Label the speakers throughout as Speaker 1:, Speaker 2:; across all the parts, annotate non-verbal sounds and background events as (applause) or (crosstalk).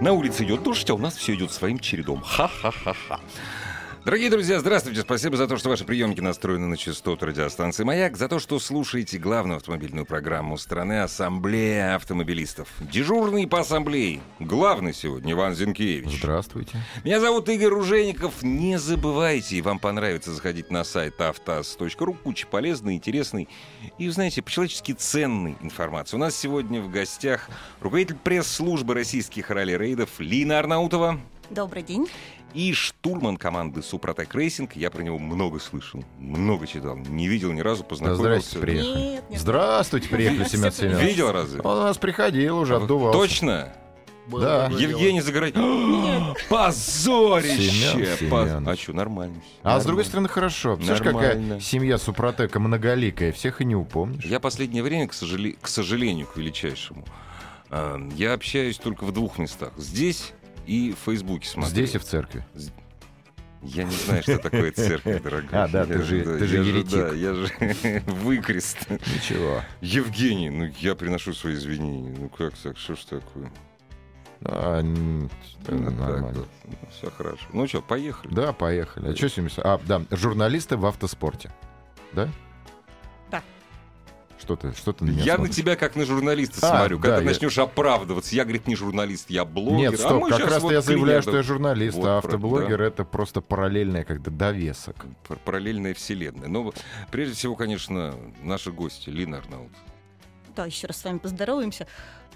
Speaker 1: На улице идет дождь, а у нас все идет своим чередом. Ха-ха-ха-ха. Дорогие друзья, здравствуйте. Спасибо за то, что ваши приемники настроены на частоту радиостанции «Маяк», за то, что слушаете главную автомобильную программу страны «Ассамблея автомобилистов». Дежурный по ассамблее, главный сегодня Иван Зинкевич.
Speaker 2: Здравствуйте.
Speaker 1: Меня зовут Игорь Ружейников. Не забывайте, и вам понравится заходить на сайт автоаз.ру. Куча полезной, интересной и, знаете, по-человечески ценной информации. У нас сегодня в гостях руководитель пресс-службы российских ралли-рейдов Лина Арнаутова
Speaker 3: Добрый день.
Speaker 1: и штурман команды «Супротек Рейсинг». Я про него много слышал, много читал, не видел ни разу,
Speaker 2: Да
Speaker 1: познакомился.
Speaker 2: здрасте, приехали.
Speaker 3: Нет, нет.
Speaker 2: Здравствуйте, приехали, Семен
Speaker 3: Здравствуйте.
Speaker 2: Семенович.
Speaker 1: Видел разве?
Speaker 2: Он у нас приходил уже, отдувался.
Speaker 1: Точно?
Speaker 2: Да.
Speaker 1: Евгений Загородний. Позорище!
Speaker 2: Семен
Speaker 1: Поз-
Speaker 2: Семенович.
Speaker 1: А что, нормально. всё.
Speaker 2: А с другой стороны, хорошо. Слышишь,
Speaker 1: Нормально.
Speaker 2: какая семья Супротека многоликая, всех и не упомнишь.
Speaker 1: Я последнее время, к, сожале- к сожалению, к величайшему, э, я общаюсь только в двух местах. Здесь и в Фейсбуке смотрю.
Speaker 2: Здесь и в церкви.
Speaker 1: Я не знаю, что
Speaker 2: (laughs)
Speaker 1: такое церковь, дорогая.
Speaker 2: А, да, ты
Speaker 1: Я
Speaker 2: же-
Speaker 1: да,
Speaker 2: ты же
Speaker 1: я
Speaker 2: еретик.
Speaker 1: да, я же (laughs) выкрест.
Speaker 2: Ничего.
Speaker 1: Евгений, ну я приношу свои извинения. Ну как так, что ж такое?
Speaker 2: А, м, Нормально.
Speaker 1: все хорошо. Ну что, поехали.
Speaker 2: Да, поехали. А что сегодня? с- А, да, журналисты в автоспорте. Да?
Speaker 3: Да.
Speaker 2: Что ты, что ты на меня
Speaker 1: Я на
Speaker 2: смотришь?
Speaker 1: тебя как на журналиста
Speaker 2: А,
Speaker 1: смотрю. Когда
Speaker 2: да,
Speaker 1: ты
Speaker 2: я-
Speaker 1: начнешь оправдываться, я, говорит, не журналист, я блогер.
Speaker 2: Нет,
Speaker 1: А
Speaker 2: стоп,
Speaker 1: мы
Speaker 2: как
Speaker 1: щас
Speaker 2: раз
Speaker 1: вот
Speaker 2: я заявляю,
Speaker 1: клиентов-
Speaker 2: что я журналист,
Speaker 1: Вот,
Speaker 2: а
Speaker 1: про-
Speaker 2: автоблогер это просто параллельное как-то довесок.
Speaker 1: пар- параллельная вселенная. Но прежде всего, конечно, наши гости, Лина Арнаут.
Speaker 3: Да, еще раз с вами поздороваемся.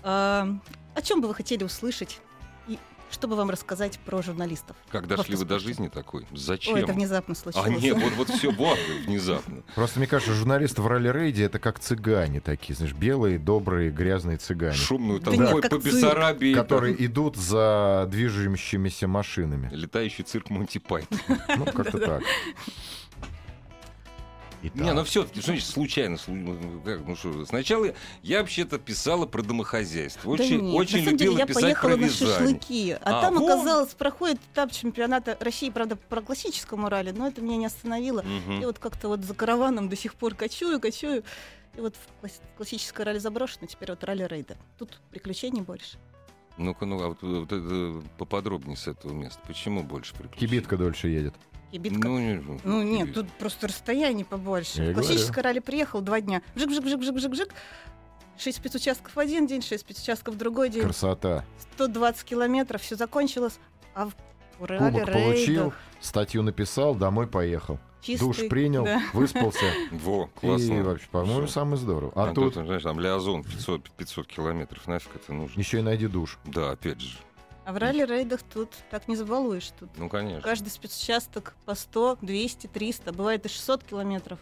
Speaker 3: А, о чем бы вы хотели услышать? И что бы вам рассказать про журналистов?
Speaker 1: Как
Speaker 3: В
Speaker 1: дошли вы до
Speaker 3: автоспорте.
Speaker 1: жизни такой?
Speaker 3: Ой,
Speaker 1: Зачем?
Speaker 3: это внезапно случилось.
Speaker 1: а нет, вот, вот все, вот, внезапно.
Speaker 2: Просто мне кажется, журналисты в ралли-рейде это как цыгане такие, знаешь, белые, добрые, грязные цыгане,
Speaker 1: Шумную
Speaker 3: Да
Speaker 1: толпой
Speaker 3: нет, как
Speaker 1: по
Speaker 3: цирк.
Speaker 1: Бессарабии.
Speaker 2: которые идут за движущимися машинами.
Speaker 1: Летающий цирк Монти Пайтон.
Speaker 2: Ну,
Speaker 1: (laughs)
Speaker 2: как-то так.
Speaker 1: Не, ну все-таки, что значит случайно? слу- ну, как, ну что, сначала я- я вообще-то писала про домохозяйство.
Speaker 3: (laughs) Да
Speaker 1: Очень,
Speaker 3: нет,
Speaker 1: очень
Speaker 3: на самом деле
Speaker 1: любила
Speaker 3: я
Speaker 1: писать
Speaker 3: поехала
Speaker 1: про
Speaker 3: на
Speaker 1: вязание.
Speaker 3: шашлыки, а,
Speaker 1: А,
Speaker 3: там
Speaker 1: вон.
Speaker 3: оказалось проходит этап чемпионата России, правда, по классическому ралли, но это меня не остановило.
Speaker 1: Мгм.
Speaker 3: И вот как-то вот за караваном до сих пор кочую, кочую. И вот в класс- классическое ралли заброшено, теперь вот ралли рейда. Тут приключений больше.
Speaker 1: Ну-ка, ну, а вот, вот это поподробнее с этого места. Почему больше приключений?
Speaker 2: Кибитка дольше едет.
Speaker 3: И битка
Speaker 1: Ну, не-
Speaker 3: Ну нет,
Speaker 1: кибит.
Speaker 3: тут просто расстояние побольше.
Speaker 2: Я и
Speaker 3: Классическое ралли приехал два дня. Жик, жик, жик, жик, жик, жик. Шесть спецучастков в один день, шесть спецучастков в другой день.
Speaker 2: Красота.
Speaker 3: 120 километров, все закончилось. А в в ралли
Speaker 2: Кубок получил,
Speaker 3: рейдах
Speaker 2: статью написал, домой поехал.
Speaker 3: чистый,
Speaker 2: Душ принял,
Speaker 3: да.
Speaker 1: (laughs)
Speaker 2: выспался.
Speaker 1: Во, классно.
Speaker 2: И вообще, по-моему,
Speaker 1: Всё.
Speaker 2: самое здорово. А
Speaker 1: Ну, тут,
Speaker 2: тут
Speaker 1: знаешь, там Леозон 500, 500 километров, нафиг это нужно?
Speaker 2: еще и найди душ.
Speaker 1: Да, опять же.
Speaker 3: А в ралли рейдах тут так не забалуешь. Тут
Speaker 1: Ну, конечно.
Speaker 3: каждый спецучасток по 100, 200, 300, бывает и 600 километров.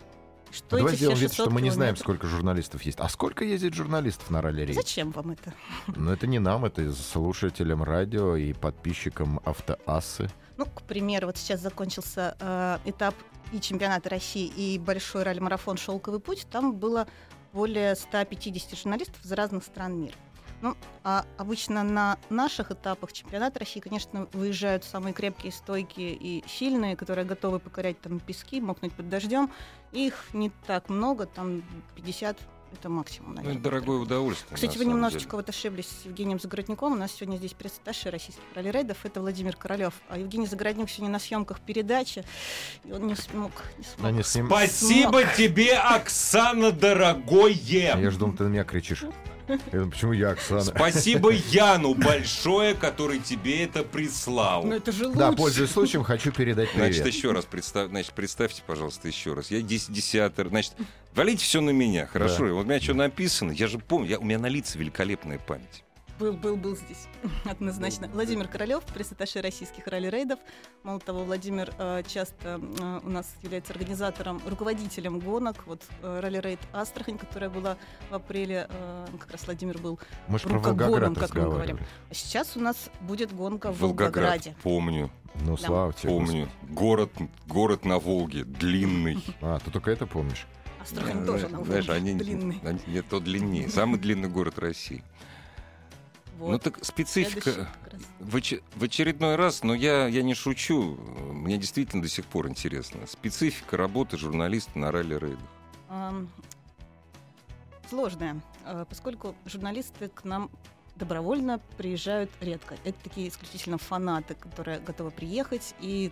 Speaker 3: Что
Speaker 2: Давай
Speaker 3: эти все
Speaker 2: сделаем вид,
Speaker 3: 600
Speaker 2: что мы не знаем,
Speaker 3: километров?
Speaker 2: сколько журналистов есть. А сколько ездит журналистов на ралли-рейд?
Speaker 3: Зачем вам это?
Speaker 2: Ну, это не нам, это слушателям радио и подписчикам автоассы.
Speaker 3: Ну, к примеру, вот сейчас закончился э, этап и чемпионата России, и большой ралли-марафон «Шелковый путь». Там было более 150 журналистов из разных стран мира. Ну, а обычно на наших этапах чемпионата России, конечно, выезжают самые крепкие, стойкие и сильные, которые готовы покорять там пески, мокнуть под дождем. Их не так много, там 50 это максимум,
Speaker 1: Ну,
Speaker 3: наверное.
Speaker 1: это дорогое удовольствие.
Speaker 3: Кстати,
Speaker 1: на
Speaker 3: вы
Speaker 1: самом
Speaker 3: немножечко
Speaker 1: деле.
Speaker 3: вот ошиблись с Евгением Загородником. У нас сегодня здесь пресс-атташе российских ралли-рейдов. Это Владимир Королёв. А Евгений Загородник сегодня на съемках передачи. И он не смог. Не смог.
Speaker 2: Они с ним-
Speaker 1: Спасибо тебе, Оксана, дорогое!
Speaker 2: Я же думал, ты на меня кричишь. Я думаю, почему я, Оксана?
Speaker 1: Спасибо Яну большое, который тебе это прислал.
Speaker 3: Ну, это же
Speaker 2: Да, пользуясь случаем, хочу передать
Speaker 1: Значит,
Speaker 2: привет.
Speaker 1: еще раз представь, значит, представьте, пожалуйста, еще раз. Я дес- десятер. Значит, валите все на меня, хорошо?
Speaker 2: Да.
Speaker 1: Вот у меня что написано, я же помню, я, у меня на лице великолепная память.
Speaker 3: Был, был, был здесь, (laughs) однозначно.
Speaker 1: Ну,
Speaker 3: Владимир Королев, пресс-атташе российских ралли-рейдов. Мало того, Владимир э, часто э, у нас является организатором, руководителем гонок. Вот э, ралли-рейд «Астрахань», которая была в апреле, э, как раз Владимир был.
Speaker 2: Мы же про
Speaker 3: Рукогоном,
Speaker 2: Волгоград
Speaker 3: как мы
Speaker 2: разговаривали.
Speaker 3: А сейчас у нас будет гонка в
Speaker 1: Волгоград.
Speaker 3: Волгограде.
Speaker 1: Помню,
Speaker 2: Ну,
Speaker 3: Да.
Speaker 2: слава тебе.
Speaker 1: помню. Город, город на Волге, длинный.
Speaker 2: Господи. А, ты только это помнишь?
Speaker 3: Астрахань
Speaker 1: Э,
Speaker 3: А тоже на
Speaker 1: знаешь,
Speaker 3: Волге,
Speaker 1: они,
Speaker 3: длинный.
Speaker 1: они- нет, то длиннее. Самый длинный город России.
Speaker 3: Вот.
Speaker 1: Ну так
Speaker 3: Следующий
Speaker 1: специфика
Speaker 3: как раз.
Speaker 1: в, оч- в очередной раз, но я, я не шучу, мне действительно до сих пор интересно. Специфика работы журналиста на ралли-рейдах.
Speaker 3: Ам, сложная, э, поскольку журналисты к нам добровольно приезжают редко. Это такие исключительно фанаты, которые готовы приехать и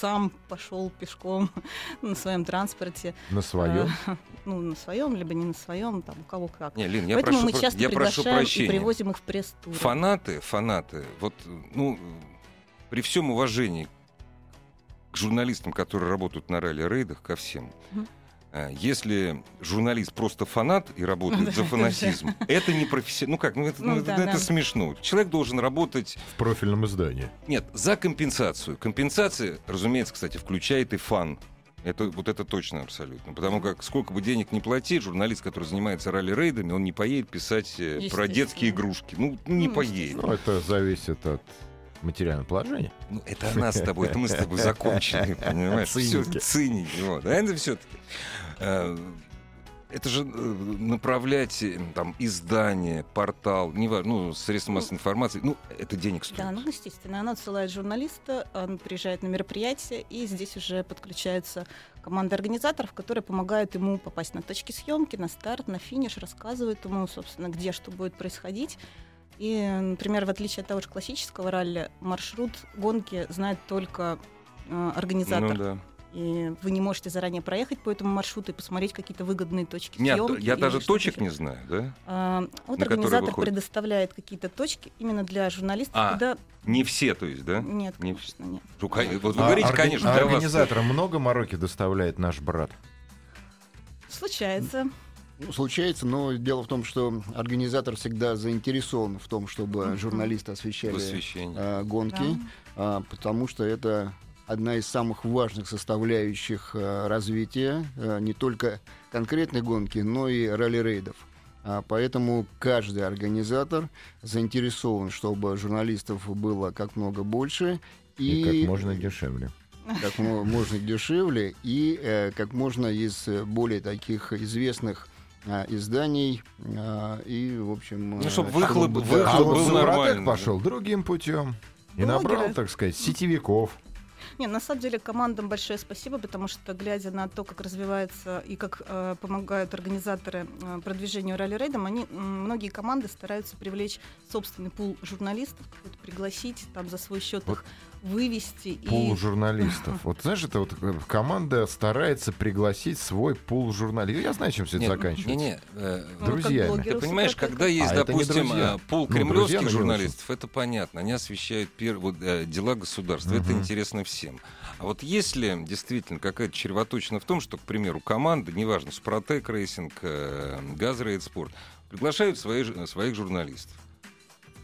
Speaker 3: сам пошел пешком (laughs) на своем транспорте,
Speaker 2: На своем.
Speaker 3: э, ну, на своем, либо не на своем, там, у кого как.
Speaker 1: Не, Лин, я
Speaker 3: Поэтому
Speaker 1: прошу,
Speaker 3: мы
Speaker 1: про-
Speaker 3: часто
Speaker 1: я прошу
Speaker 3: приглашаем и
Speaker 1: прощения.
Speaker 3: привозим их в пресс-тур.
Speaker 1: Фанаты, фанаты, вот, ну, при всем уважении к журналистам, которые работают на ралли-рейдах, ко всем,
Speaker 3: Мгм.
Speaker 1: э, если журналист просто фанат и работает
Speaker 3: (laughs) Да,
Speaker 1: за
Speaker 3: это
Speaker 1: фанатизм, это не профессионально. Ну как, ну это,
Speaker 3: Ну
Speaker 1: ну это-
Speaker 3: да,
Speaker 1: это
Speaker 3: да.
Speaker 1: смешно. Человек должен работать,
Speaker 2: В профильном издании.
Speaker 1: нет, за компенсацию. Компенсация, разумеется, кстати, включает и фан. Это, вот это точно абсолютно. Потому как сколько бы денег не платить, журналист, который занимается ралли-рейдами, он не поедет писать э, про
Speaker 3: Естественно.
Speaker 1: детские игрушки. Ну, не
Speaker 3: Ну,
Speaker 1: поедет.
Speaker 2: Ну, это зависит от материального положения.
Speaker 1: Ну, это она с тобой, это мы с тобой
Speaker 3: (laughs)
Speaker 1: закончили, понимаешь? Всё,
Speaker 2: Циники.
Speaker 1: циники, вот. А это все-таки... Это же э, направлять э, там издание, портал, неважно, ну, средства массовой информации, ну, это денег стоит.
Speaker 3: Да, ну естественно, она отсылает журналиста, он приезжает на мероприятие, и здесь уже подключается команда организаторов, которые помогают ему попасть на точки съемки, на старт, на финиш, рассказывают ему, собственно, где что будет происходить. И, например, в отличие от того же классического ралли, маршрут гонки знает только э, организатор.
Speaker 1: Ну, да.
Speaker 3: И вы не можете заранее проехать по этому маршруту и посмотреть какие-то выгодные точки
Speaker 1: Нет,
Speaker 3: съемки.
Speaker 1: а я
Speaker 3: или
Speaker 1: даже
Speaker 3: что-то
Speaker 1: точек
Speaker 3: еще.
Speaker 1: не знаю, да?
Speaker 3: А, вот
Speaker 1: на которые
Speaker 3: организатор
Speaker 1: выходит.
Speaker 3: предоставляет какие-то точки именно для журналистов,
Speaker 1: А,
Speaker 3: куда
Speaker 1: Не все, то есть, да?
Speaker 3: нет,
Speaker 1: Не
Speaker 3: конечно, нет.
Speaker 1: Ну, кон- Вот вы
Speaker 2: А
Speaker 1: говорите,
Speaker 2: орга-
Speaker 1: конечно,
Speaker 2: а
Speaker 1: для вас.
Speaker 2: организаторам много мороки доставляет наш брат.
Speaker 3: Случается.
Speaker 4: Ну, случается, но дело в том, что организатор всегда заинтересован в том, чтобы
Speaker 3: Мгм.
Speaker 4: журналисты освещали
Speaker 1: Посвящение.
Speaker 4: э, гонки, а, потому что это одна из самых важных составляющих э, развития э, не только конкретной гонки, но и ралли-рейдов. А, Поэтому каждый организатор заинтересован, чтобы журналистов было как много больше
Speaker 2: И,
Speaker 4: и,
Speaker 2: как можно дешевле.
Speaker 4: как мо- можно дешевле и э, как можно из э, более таких известных а, изданий а, и в общем
Speaker 1: Ну,
Speaker 4: э,
Speaker 1: чтобы выхлоп-
Speaker 4: да,
Speaker 1: выхлоп
Speaker 2: а
Speaker 1: чтобы
Speaker 2: вот
Speaker 1: был
Speaker 2: Супротек
Speaker 1: нормально, да.
Speaker 2: пошел другим путем. И
Speaker 3: Блогеры.
Speaker 2: набрал, так сказать, сетевиков.
Speaker 3: Не, на самом деле командам большое спасибо, потому что глядя на то, как развивается и как э, помогают организаторы э, продвижению ралли-рейдом, они м, многие команды стараются привлечь собственный пул журналистов, какой-то пригласить, там за свой счет
Speaker 2: Вот
Speaker 3: их вывести
Speaker 2: Пул
Speaker 3: и ну,
Speaker 2: журналистов. Вот знаешь, это вот э, команда старается пригласить свой пул журналистов. Я знаю, чем все это заканчивается.
Speaker 1: Не-не, э,
Speaker 3: Ну, как
Speaker 2: друзьями.
Speaker 3: блогеры
Speaker 1: Ты понимаешь,
Speaker 3: Супротека.
Speaker 1: когда есть,
Speaker 2: А это не
Speaker 1: допустим,
Speaker 2: друзья.
Speaker 1: э, пол
Speaker 2: Ну, друзья,
Speaker 1: кремлевских
Speaker 2: наверное,
Speaker 1: журналистов, это понятно, они освещают пер- вот, э, дела государства, это
Speaker 2: Мгм.
Speaker 1: интересно всем. А вот если действительно какая-то червоточина в том, что, к примеру, команда, неважно, Супротек Рейсинг, э, Газ Рейд Спорт, приглашают свои ж- своих журналистов.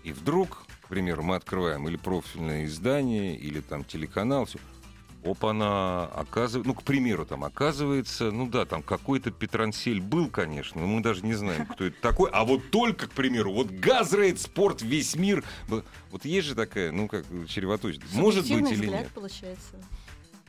Speaker 1: И вдруг, к примеру, мы открываем или профильное издание, или там телеканал, все. Опа-на, оказывается, ну, к примеру, там, оказывается, ну да, там какой-то Петрансель был, конечно, но мы даже не знаем, кто это такой. А вот только, к примеру, вот Газрейд, спорт, весь мир. Б- Вот есть же такая, ну, как э, червоточина. Может быть
Speaker 3: субъективный
Speaker 1: или
Speaker 3: взгляд
Speaker 1: нет.
Speaker 3: получается.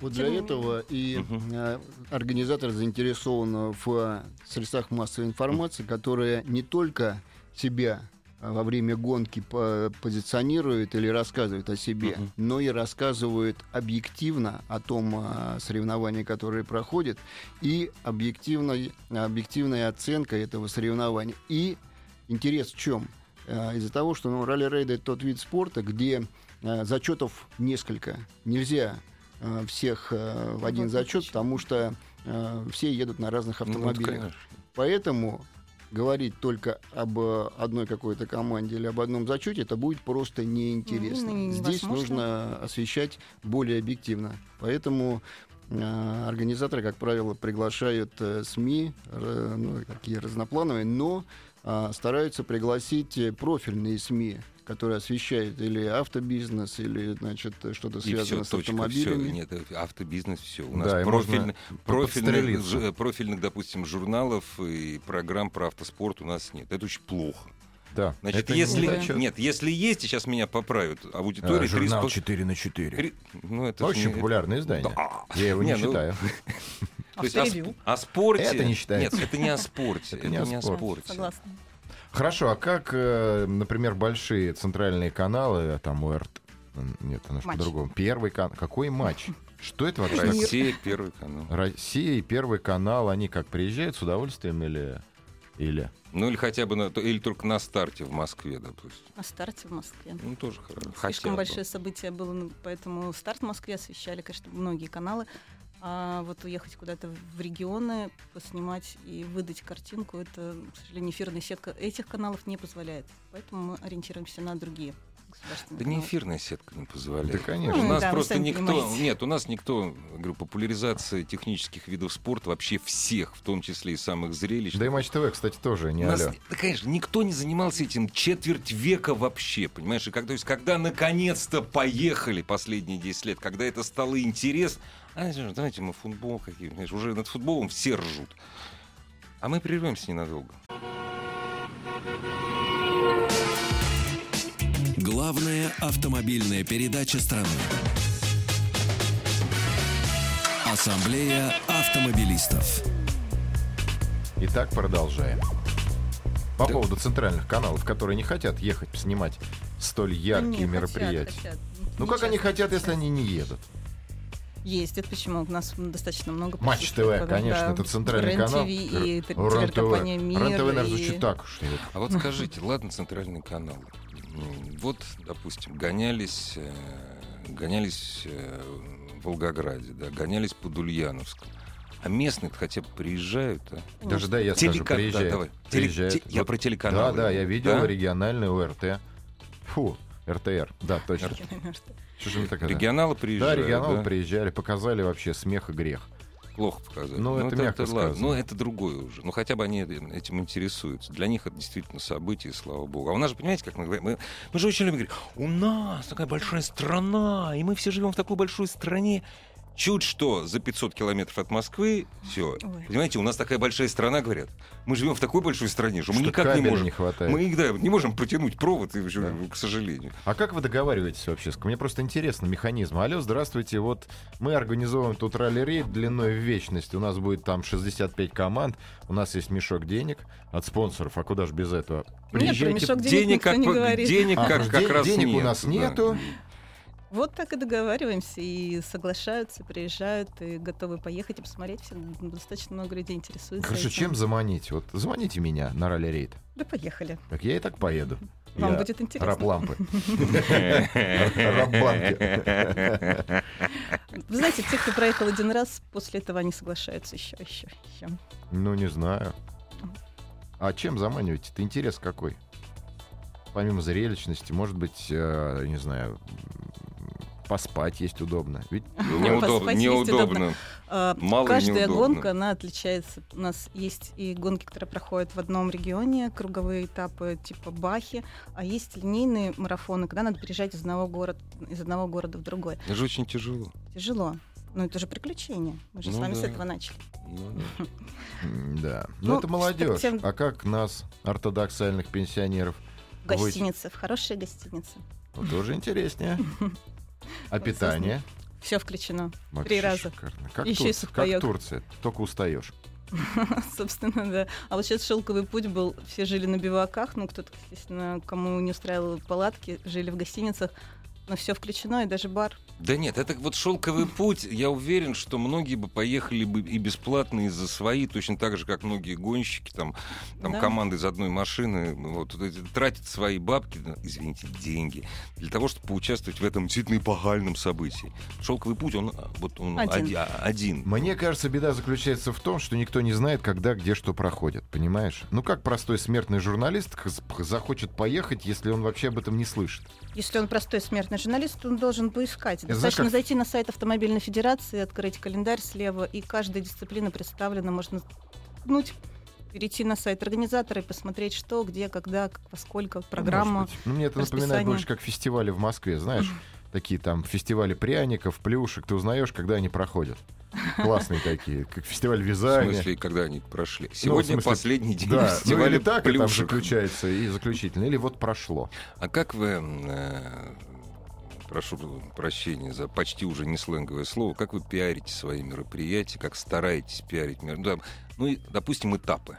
Speaker 4: Вот для
Speaker 3: Тем не
Speaker 4: этого и
Speaker 1: Мгм.
Speaker 4: э, организатор заинтересован в средствах массовой информации, которые не только себя э, во время гонки по- позиционируют или рассказывают о себе,
Speaker 1: Мгм.
Speaker 4: но и рассказывают объективно о том э, соревновании, которое проходит, и объективной, объективная оценка этого соревнования. И интерес в чем? Э, Из-за того, что ну, ралли-рейды это тот вид спорта, где э, зачетов несколько. Нельзя э, всех э, в один
Speaker 3: Вот
Speaker 4: зачет,
Speaker 3: отлично.
Speaker 4: потому что э, все едут на разных
Speaker 1: Ну, вот,
Speaker 4: автомобилях.
Speaker 1: конечно.
Speaker 4: Поэтому говорить только об э, одной какой-то команде или об одном зачете, это будет просто неинтересно.
Speaker 3: Ну, и
Speaker 4: Здесь
Speaker 3: невозможно.
Speaker 4: нужно освещать более объективно. Поэтому э, организаторы, как правило, приглашают э, СМИ, р- ну, такие разноплановые, но э, а, стараются пригласить э, профильные СМИ, которые освещают или автобизнес, или значит что-то
Speaker 1: И все,
Speaker 4: связанное с
Speaker 1: точка, все.
Speaker 4: автомобилями.
Speaker 1: Нет, э, автобизнес, все. У
Speaker 2: Да,
Speaker 1: нас
Speaker 2: и
Speaker 1: профильный-
Speaker 2: можно
Speaker 1: профильных,
Speaker 2: подстрелиться.
Speaker 1: ж- э, профильных, допустим, журналов и программ про автоспорт у нас нет. Это очень плохо.
Speaker 2: Да.
Speaker 1: Значит,
Speaker 2: Это не
Speaker 1: если...
Speaker 2: значит,
Speaker 1: Нет, если есть, и сейчас меня поправят,
Speaker 2: э,
Speaker 1: аудитория...
Speaker 2: журнал
Speaker 1: 3,5
Speaker 2: 4 на 4.
Speaker 1: Три- Ну, это ж
Speaker 2: Очень
Speaker 1: не-
Speaker 2: популярное издание.
Speaker 1: Да.
Speaker 2: Я его не,
Speaker 1: (laughs) Не, ну,
Speaker 2: читаю.
Speaker 1: То есть о, сп- о спорте...
Speaker 2: Это не считается.
Speaker 1: Нет, это не о спорте.
Speaker 2: (laughs) Это не о
Speaker 3: Да,
Speaker 1: спорте.
Speaker 3: Согласна.
Speaker 2: Хорошо, а как, э, например, большие центральные каналы, а там УРТ, м, нет, она же
Speaker 3: Матч.
Speaker 2: по-другому. Первый канал. Какой матч? Что это вообще? такое?
Speaker 1: Россия, Первый канал.
Speaker 2: Россия и Первый канал, они как приезжают с удовольствием или... Или...
Speaker 1: Ну, или хотя бы на... то- Или только на старте в Москве, допустим.
Speaker 3: На старте в Москве.
Speaker 1: Ну, тоже хорошо. Хотя
Speaker 3: Слишком
Speaker 1: бы.
Speaker 3: большое событие было, ну, поэтому старт в Москве освещали, конечно, многие каналы. А вот уехать куда-то в регионы, поснимать и выдать картинку, это, к сожалению, эфирная сетка этих каналов не позволяет. Поэтому мы ориентируемся на другие государственные
Speaker 1: Да не
Speaker 3: каналы.
Speaker 1: эфирная сетка не позволяет.
Speaker 2: Да,
Speaker 1: У
Speaker 2: конечно.
Speaker 3: Ну,
Speaker 1: нас
Speaker 3: да, вы
Speaker 1: просто
Speaker 3: сами
Speaker 1: никто...
Speaker 3: понимаете.
Speaker 1: Нет, у нас никто... Говорю, популяризация технических видов спорта вообще всех, в том числе и самых зрелищных.
Speaker 2: Да и Матч ТВ, кстати, тоже не
Speaker 1: У нас-
Speaker 2: алё.
Speaker 1: да, конечно, никто не занимался этим четверть века вообще, понимаешь? И как, то есть, когда наконец-то поехали последние 10 лет, когда это стало интересно, а, знаете, мы футбол какие, понимаешь, уже над футболом все ржут. А мы прервемся ненадолго.
Speaker 5: Главная автомобильная передача страны. Ассамблея автомобилистов.
Speaker 2: Итак, продолжаем. По поводу центральных каналов, которые не хотят ехать снимать столь
Speaker 3: Да
Speaker 2: яркие
Speaker 3: не, хотят,
Speaker 2: мероприятия.
Speaker 3: хотят.
Speaker 2: Ну
Speaker 3: Не
Speaker 2: как они
Speaker 3: часто,
Speaker 2: хотят,
Speaker 3: не
Speaker 2: если они не едут?
Speaker 3: часто. Ездят, почему? У нас достаточно много...
Speaker 2: Матч
Speaker 3: присутствует,
Speaker 2: ТВ,
Speaker 3: да,
Speaker 2: конечно, это центральный
Speaker 3: РЕН-ТВ
Speaker 2: канал.
Speaker 3: и
Speaker 2: Р-
Speaker 3: телекомпания
Speaker 2: РЕН-ТВ.
Speaker 3: «Мир».
Speaker 2: РЕН-ТВ, наверное,
Speaker 3: и-
Speaker 2: звучит так, что вот
Speaker 1: А вот скажите, ладно, центральные каналы. М, Вот, допустим, гонялись, э, гонялись э, в Волгограде, да, гонялись под Ульяновском. А местные хотя бы приезжают, а?
Speaker 3: Ну,
Speaker 2: даже да, я скажу,
Speaker 1: Телека- да,
Speaker 2: приезжает.
Speaker 1: давай. Теле-
Speaker 2: приезжает.
Speaker 1: те- я
Speaker 2: Вот.
Speaker 1: про
Speaker 2: Да,
Speaker 1: телеканал.
Speaker 2: да, я видел
Speaker 1: Да?
Speaker 2: региональный УРТ. Фу, РТР, да, точно. Что же мы так это?
Speaker 1: Регионалы
Speaker 2: Да,
Speaker 1: приезжают.
Speaker 2: регионалы
Speaker 1: да?
Speaker 2: приезжали, показали вообще смех и грех.
Speaker 1: Плохо показали.
Speaker 2: Ну, это мягко сказано.
Speaker 1: Ну, это другое уже. Ну, хотя бы они э, этим интересуются. Для них это действительно событие, и слава богу. А у нас же, понимаете, как мы говорим, мы, мы же очень любим говорить, у нас такая большая страна, и мы все живем в такой большой стране. Чуть что за 500 километров от Москвы, все.
Speaker 3: Ой.
Speaker 1: Понимаете, у нас такая большая страна, говорят. Мы живем в такой большой стране, что, мы
Speaker 2: Что
Speaker 1: никак не
Speaker 2: кабеля
Speaker 1: можем.
Speaker 2: не хватает.
Speaker 1: мы да, не можем протянуть провод, и всё, к сожалению.
Speaker 2: А как вы договариваетесь вообще? с- Мне просто интересно механизм. Алло, здравствуйте, вот мы организовываем тут ралли-рейд длиной в вечность. У нас будет там 65 команд, у нас есть мешок денег от спонсоров. А куда же без этого?
Speaker 3: Нет, Ну, про
Speaker 2: Приезжайте.
Speaker 3: мешок денег,
Speaker 1: денег
Speaker 3: никто
Speaker 1: как,
Speaker 3: не
Speaker 1: по-
Speaker 3: говорит.
Speaker 1: денег
Speaker 2: А,
Speaker 1: как, как
Speaker 2: ден-
Speaker 1: раз
Speaker 2: денег у
Speaker 1: нет,
Speaker 2: нас
Speaker 1: да.
Speaker 2: нету.
Speaker 3: Вот так и договариваемся, и соглашаются, приезжают, и готовы поехать и посмотреть. Все, достаточно много людей интересуется.
Speaker 2: Хорошо,
Speaker 3: этим.
Speaker 2: чем заманить? Вот заманите меня на ралли-рейд.
Speaker 3: Да поехали.
Speaker 2: Так я и так поеду.
Speaker 3: Вам
Speaker 2: Я
Speaker 3: будет интересно.
Speaker 2: Раб лампы. Раб банки.
Speaker 1: (laughs)
Speaker 3: Вы знаете, те, кто проехал один раз, после этого они соглашаются еще, еще, еще.
Speaker 2: Ну, не знаю. А чем заманиваете? Ты интерес какой? Помимо зрелищности, может быть, э, не знаю, м, поспать есть удобно. Ведь
Speaker 1: Неудобно.
Speaker 3: Поспать есть
Speaker 1: неудобно.
Speaker 3: удобно. А,
Speaker 1: Мало и
Speaker 3: Каждая
Speaker 1: неудобно.
Speaker 3: гонка, она отличается. У нас есть и гонки, которые проходят в одном регионе, круговые этапы типа Бахи, а есть линейные марафоны, когда надо переезжать из одного города, из одного города в другой.
Speaker 1: Это же очень тяжело.
Speaker 3: Тяжело. Но это же приключение. Мы же
Speaker 1: Ну
Speaker 3: с вами с
Speaker 1: да.
Speaker 3: этого начали.
Speaker 1: Ну, да.
Speaker 2: м, да. Ну,
Speaker 3: Ну,
Speaker 2: это молодежь.
Speaker 3: тем-
Speaker 2: А как нас, ортодоксальных пенсионеров?
Speaker 3: В
Speaker 2: Вы-
Speaker 3: гостинице, в хорошей гостинице.
Speaker 2: Вот тоже
Speaker 3: (laughs)
Speaker 2: интереснее. А питание?
Speaker 3: Все включено, (laughs)
Speaker 2: Вообще
Speaker 3: Три раза.
Speaker 2: шикарно. Как,
Speaker 3: Еще и
Speaker 2: Турция, как
Speaker 3: сухпаёк.
Speaker 2: Турция, только устаешь.
Speaker 3: собственно, да. А вот сейчас шелковый путь был, все жили на биваках, ну, кто-то, естественно, кому не устраивало палатки, жили в гостиницах, но все включено, и даже бар.
Speaker 1: Да нет, это вот шелковый путь. Я уверен, что многие бы поехали бы и бесплатно и за свои, точно так же, как многие гонщики, там, там
Speaker 3: Да.
Speaker 1: команды из одной машины, вот, вот эти тратят свои бабки, ну, извините, деньги, для того, чтобы поучаствовать в этом действительно эпохальном событии. Шелковый путь, он а, вот он
Speaker 3: Один.
Speaker 1: оди- а- один.
Speaker 2: Мне кажется, беда заключается в том, что никто не знает, когда, где, что проходит, понимаешь? Ну как простой смертный журналист к- с- захочет поехать, если он вообще об этом не слышит? Ну,
Speaker 3: Если он простой смертный журналист, то он должен поискать.
Speaker 2: знаешь,
Speaker 3: Достаточно
Speaker 2: как-
Speaker 3: зайти на сайт Автомобильной Федерации, открыть календарь слева, и каждая дисциплина представлена, можно ткнуть перейти на сайт организатора и посмотреть, что, где, когда, как, во сколько, программа.
Speaker 2: Может быть. Ну, мне это напоминает
Speaker 3: расписание.
Speaker 2: больше как фестивали в Москве, знаешь. Такие там фестивали пряников, плюшек, ты узнаешь, когда они проходят. Классные такие, как фестиваль
Speaker 1: В
Speaker 2: вязания.
Speaker 1: смысле, когда они прошли?
Speaker 2: Ну, в
Speaker 1: Сегодня
Speaker 2: смысле,
Speaker 1: последний день
Speaker 2: да, ну,
Speaker 1: фестиваля
Speaker 2: или так, и там
Speaker 1: плюшек.
Speaker 2: заключается, и заключительно, или вот прошло.
Speaker 1: А как вы, м, э, прошу прощения за почти уже не сленговое слово, как вы пиарите свои мероприятия, как стараетесь пиарить мер- ну, там, ну, и, допустим, этапы.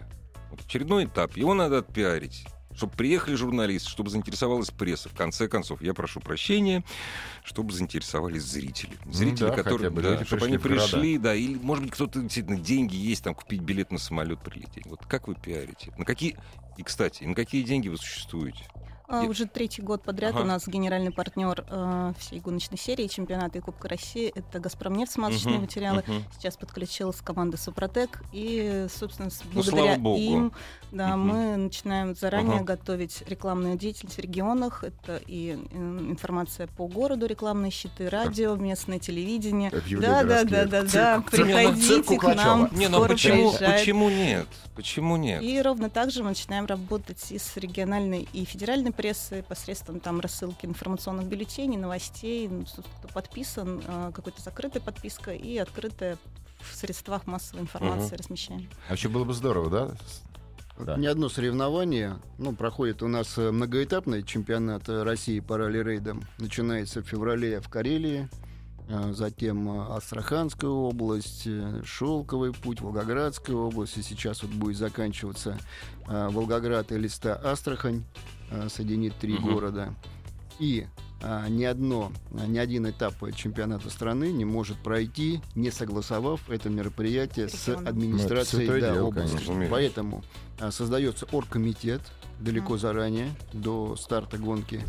Speaker 1: Вот очередной этап, его надо отпиарить. Чтобы приехали журналисты, чтобы заинтересовалась пресса. В конце концов, я прошу прощения, чтобы заинтересовались зрители. Зрители,
Speaker 2: да,
Speaker 1: которые,
Speaker 2: хотя бы
Speaker 1: да,
Speaker 2: люди
Speaker 1: чтобы
Speaker 2: пришли
Speaker 1: они
Speaker 2: в города.
Speaker 1: пришли, да, или, может быть, кто-то действительно деньги есть, там, купить билет на самолет, прилететь. Вот как вы пиарите? На какие, и, кстати, на какие деньги вы существуете?
Speaker 3: А,
Speaker 1: Е-
Speaker 3: уже третий год подряд
Speaker 1: Ага.
Speaker 3: у нас генеральный партнер э, всей гоночной серии чемпионата и Кубка России. Это «Газпромнефть» смазочные
Speaker 1: Мгм,
Speaker 3: материалы.
Speaker 1: мгм.
Speaker 3: Сейчас подключилась команда «Супротек». И, собственно, с-
Speaker 1: Ну, слава
Speaker 3: благодаря
Speaker 1: богу.
Speaker 3: им да,
Speaker 1: Мгм.
Speaker 3: мы начинаем заранее
Speaker 1: Ага.
Speaker 3: готовить рекламную деятельность в регионах. Это и м, информация по городу, рекламные щиты, радио, местное телевидение.
Speaker 2: Как Юлия
Speaker 3: Да, да, да,
Speaker 2: Городская.
Speaker 3: да, да.
Speaker 2: Цирк- цирк- цирк
Speaker 3: Приходите
Speaker 2: у
Speaker 3: к нам.
Speaker 2: Клочева.
Speaker 1: Не, ну
Speaker 3: скоро
Speaker 1: почему,
Speaker 3: приезжает.
Speaker 1: почему нет? Почему нет?
Speaker 3: И ровно так же мы начинаем работать и с региональной и федеральной прессой посредством там рассылки информационных бюллетеней, новостей, ну, собственно, кто подписан, э, какой-то закрытая подписка и открытая в средствах массовой информации размещаем.
Speaker 2: А еще было бы здорово, да? С- Да.
Speaker 4: Ни одно соревнование, ну, проходит у нас э, многоэтапный чемпионат э, России по ралли-рейдам. Начинается в феврале в Карелии, э, затем э, Астраханская область, э, Шелковый путь, Волгоградская область, и сейчас вот будет заканчиваться э, Волгоград и Листа Астрахань, э, соединит три
Speaker 1: Мгм.
Speaker 4: города. И а, ни одно, а, ни один этап э, чемпионата страны не может пройти, не согласовав это мероприятие с
Speaker 3: Регионом.
Speaker 4: администрацией
Speaker 2: Ну, это святое
Speaker 4: да,
Speaker 2: дело,
Speaker 4: области.
Speaker 1: конечно, конечно.
Speaker 4: Поэтому а, создается оргкомитет далеко
Speaker 3: Мгм.
Speaker 4: заранее, до старта гонки,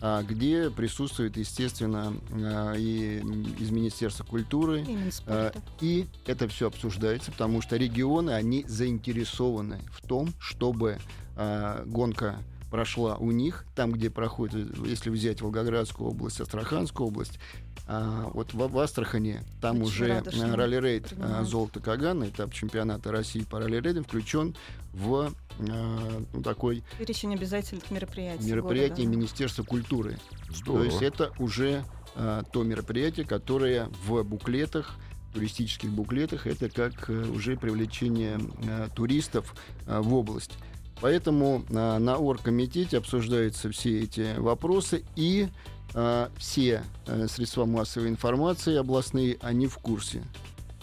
Speaker 4: а, где присутствует, естественно, а, и м, из Министерства культуры,
Speaker 3: Именно
Speaker 4: а,
Speaker 3: спорта.
Speaker 4: и это все обсуждается, потому что регионы, они заинтересованы в том, чтобы а, гонка прошла у них, там, где проходит, если взять Волгоградскую область, Астраханскую область, а, вот в, в Астрахани, там
Speaker 3: Очень
Speaker 4: уже
Speaker 3: рада, что
Speaker 4: а, ралли-рейд
Speaker 3: принимают.
Speaker 4: а, «Золото Кагана», этап чемпионата России по ралли-рейдам, включен в а, ну, такой
Speaker 3: Перечень обязательных мероприятий.
Speaker 4: мероприятие
Speaker 3: города.
Speaker 4: Министерства культуры.
Speaker 2: Здорово.
Speaker 4: То есть это уже а, то мероприятие, которое в буклетах, туристических буклетах, это как э, уже привлечение э, туристов э, в область. Поэтому а, на оргкомитете обсуждаются все эти вопросы и а, все э, средства массовой информации областные, они в курсе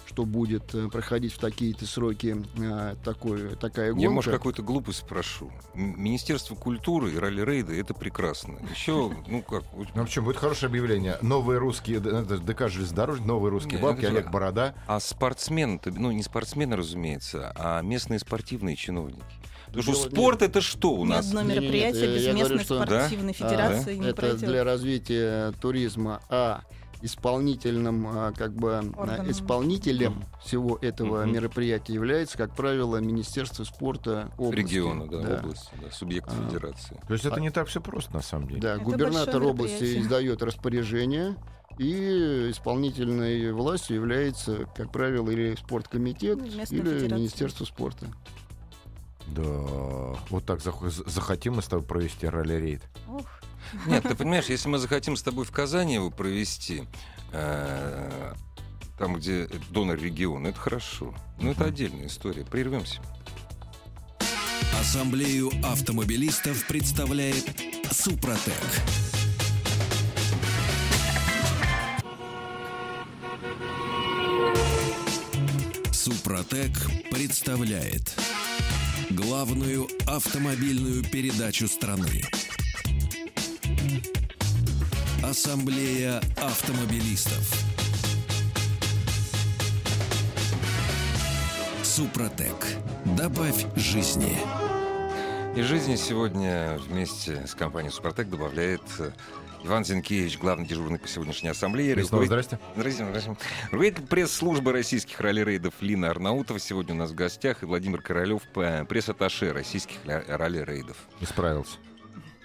Speaker 4: что будет э, проходить в такие-то сроки э, такой, такая гонка.
Speaker 1: Я, может, какую-то глупость спрошу. М- Министерство культуры и ралли-рейды — это прекрасно. Еще, ну как... вот-
Speaker 2: Ну, в чем будет хорошее объявление. Новые русские, д- это ДК железнодорожник, новые русские
Speaker 1: Не, ну,
Speaker 2: бабки,
Speaker 1: это-
Speaker 2: Олег Борода.
Speaker 1: А спортсмены, ну не спортсмены, разумеется, а местные спортивные чиновники. Потому что
Speaker 4: Дело-
Speaker 1: спорт — это что у
Speaker 3: Ни
Speaker 1: нас?
Speaker 3: одно
Speaker 4: Не-не-не,
Speaker 3: мероприятие
Speaker 4: я-
Speaker 3: без
Speaker 4: я говорю,
Speaker 3: местной
Speaker 4: что-
Speaker 1: Да?
Speaker 3: спортивной
Speaker 4: А,
Speaker 3: федерации не
Speaker 4: это
Speaker 3: пройдет.
Speaker 4: для развития туризма, а исполнительным а, как бы а,
Speaker 3: Органом.
Speaker 4: исполнителем
Speaker 1: Мгм.
Speaker 4: всего этого
Speaker 1: Мгм.
Speaker 4: мероприятия является, как правило, Министерство спорта области.
Speaker 1: Региона, да,
Speaker 4: Да.
Speaker 1: области, да, субъекты
Speaker 4: А.
Speaker 1: федерации.
Speaker 2: То есть это
Speaker 4: А-
Speaker 2: не так все просто, на самом деле.
Speaker 4: Да,
Speaker 3: Это
Speaker 4: губернатор
Speaker 3: большое
Speaker 4: области
Speaker 3: мероприятие.
Speaker 4: издает распоряжение, и исполнительной властью является, как правило, или спорткомитет,
Speaker 3: Ну, местная
Speaker 4: или
Speaker 3: федерация.
Speaker 4: Министерство спорта.
Speaker 2: Да. Вот так зах- з- захотим мы с тобой провести ралли-рейд.
Speaker 3: Ох,
Speaker 1: Нет, ты понимаешь, если мы захотим с тобой в Казани его провести, э, там, где донор региона, это хорошо. Но это
Speaker 2: Мгм.
Speaker 1: отдельная история. Прервемся.
Speaker 5: Ассамблею автомобилистов представляет Супротек. Супротек представляет главную автомобильную передачу страны. Ассамблея автомобилистов. Супротек. Добавь жизни.
Speaker 1: И жизни сегодня вместе с компанией «Супротек» добавляет э, Иван Зинкевич, главный дежурный по сегодняшней ассамблее.
Speaker 2: И снова
Speaker 1: руководитель-
Speaker 2: здрасте.
Speaker 1: Здрасте, здрасте. Руководитель пресс-службы российских ралли-рейдов Лина Арнаутова сегодня у нас в гостях и Владимир Королев, э, пресс-атташе российских ля- ралли-рейдов.
Speaker 2: Не справился.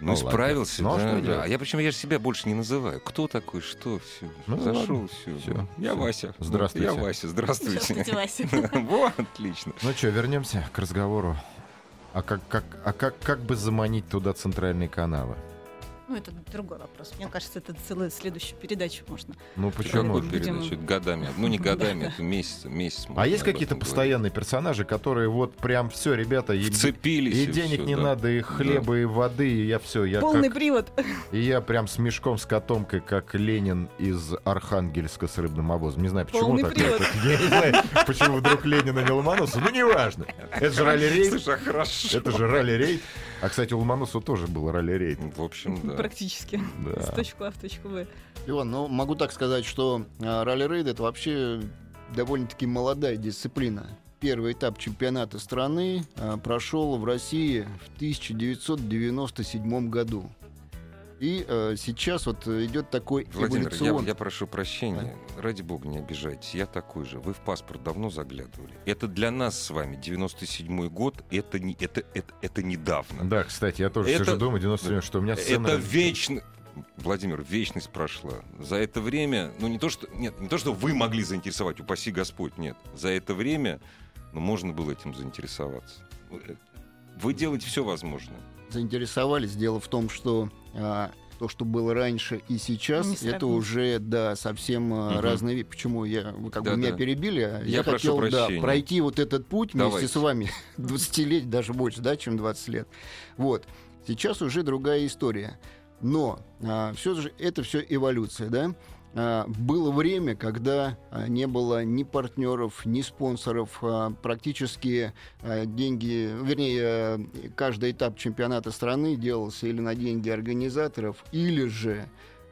Speaker 1: Ну,
Speaker 2: ладно.
Speaker 1: справился,
Speaker 2: Ну, а
Speaker 1: да,
Speaker 2: что
Speaker 1: да.
Speaker 2: делать?
Speaker 1: Я почему я же себя больше не называю. Кто такой, что, все,
Speaker 2: Ну,
Speaker 1: зашел,
Speaker 2: ладно.
Speaker 1: все.
Speaker 2: Всё,
Speaker 1: Я
Speaker 2: всё.
Speaker 1: Вася.
Speaker 2: Здравствуйте.
Speaker 1: Я Вася, здравствуйте.
Speaker 6: Здравствуйте, Вася.
Speaker 1: (laughs) Вот, отлично.
Speaker 2: Ну что, вернемся к разговору. А как, как, а как, как бы заманить туда центральные каналы?
Speaker 3: Ну, это другой вопрос. Мне кажется, это целую следующую передачу можно.
Speaker 2: Ну почему?
Speaker 1: Какую
Speaker 6: Будем-
Speaker 1: передачу? Годами. Ну, не годами, это месяц. месяц
Speaker 2: А
Speaker 1: можно
Speaker 2: есть
Speaker 1: об этом
Speaker 2: какие-то
Speaker 1: говорить.
Speaker 2: постоянные персонажи, которые вот прям все, ребята, и,
Speaker 1: Вцепились.
Speaker 2: и денег
Speaker 1: всё,
Speaker 2: не
Speaker 1: да.
Speaker 2: надо, и хлеба, и воды, и я все, я
Speaker 3: Полный
Speaker 2: как-
Speaker 3: привод.
Speaker 2: и я прям с мешком с котомкой, как Ленин из Архангельска с рыбным обозом. Не знаю, почему
Speaker 3: Полный
Speaker 2: так.
Speaker 3: привод.
Speaker 2: (laughs) Я не знаю, почему вдруг Ленина не Ломоносова. Ну неважно. Это же ралли-рейд.
Speaker 1: Слушай, а хорошо.
Speaker 2: Это же ралли-рейд. А кстати, у Ломоносова тоже был ралли-рейд.
Speaker 1: В общем, да.
Speaker 3: (laughs) Практически. С
Speaker 2: Да.
Speaker 3: точку А в точку Б.
Speaker 4: Иван, ну могу так сказать, что а, ралли-рейд это вообще довольно-таки молодая дисциплина. Первый этап чемпионата страны а, прошел в России в 1997 году. И э, сейчас вот идет такой
Speaker 1: Владимир, я,
Speaker 4: эволюцион.
Speaker 1: я прошу прощения. Ради бога, не обижайтесь. Я такой же. Вы в паспорт давно заглядывали. Это для нас с вами 97-й год. Это, не, это, это, это недавно.
Speaker 2: Да, кстати, я тоже
Speaker 1: Это-
Speaker 2: сижу дома 97 что у меня сцена...
Speaker 1: Это вечно... Владимир, вечность прошла. За это время, ну не то, что... Нет, не то, что вы могли заинтересовать, упаси Господь, нет. За это время, ну, можно было этим заинтересоваться. Ну, э, Вы делаете все возможное.
Speaker 4: Заинтересовались. Дело в том, что а, то, что было раньше и сейчас,
Speaker 3: Не
Speaker 4: это
Speaker 3: сравнить.
Speaker 4: уже да совсем а,
Speaker 1: Мгм.
Speaker 4: разные. ви- Почему я вы как
Speaker 1: Да-да.
Speaker 4: бы меня перебили? а
Speaker 1: Я прошу
Speaker 4: хотел да,
Speaker 1: прощения.
Speaker 4: пройти вот этот путь
Speaker 1: Давайте.
Speaker 4: вместе с вами (laughs) 20 лет, даже больше, да, чем 20 лет. Вот сейчас уже другая история. Но все же это все эволюция, да? А, Было время, когда а, не было ни партнеров, ни спонсоров, а, практически э, деньги, вернее, э, каждый этап чемпионата страны делался или на деньги организаторов, или же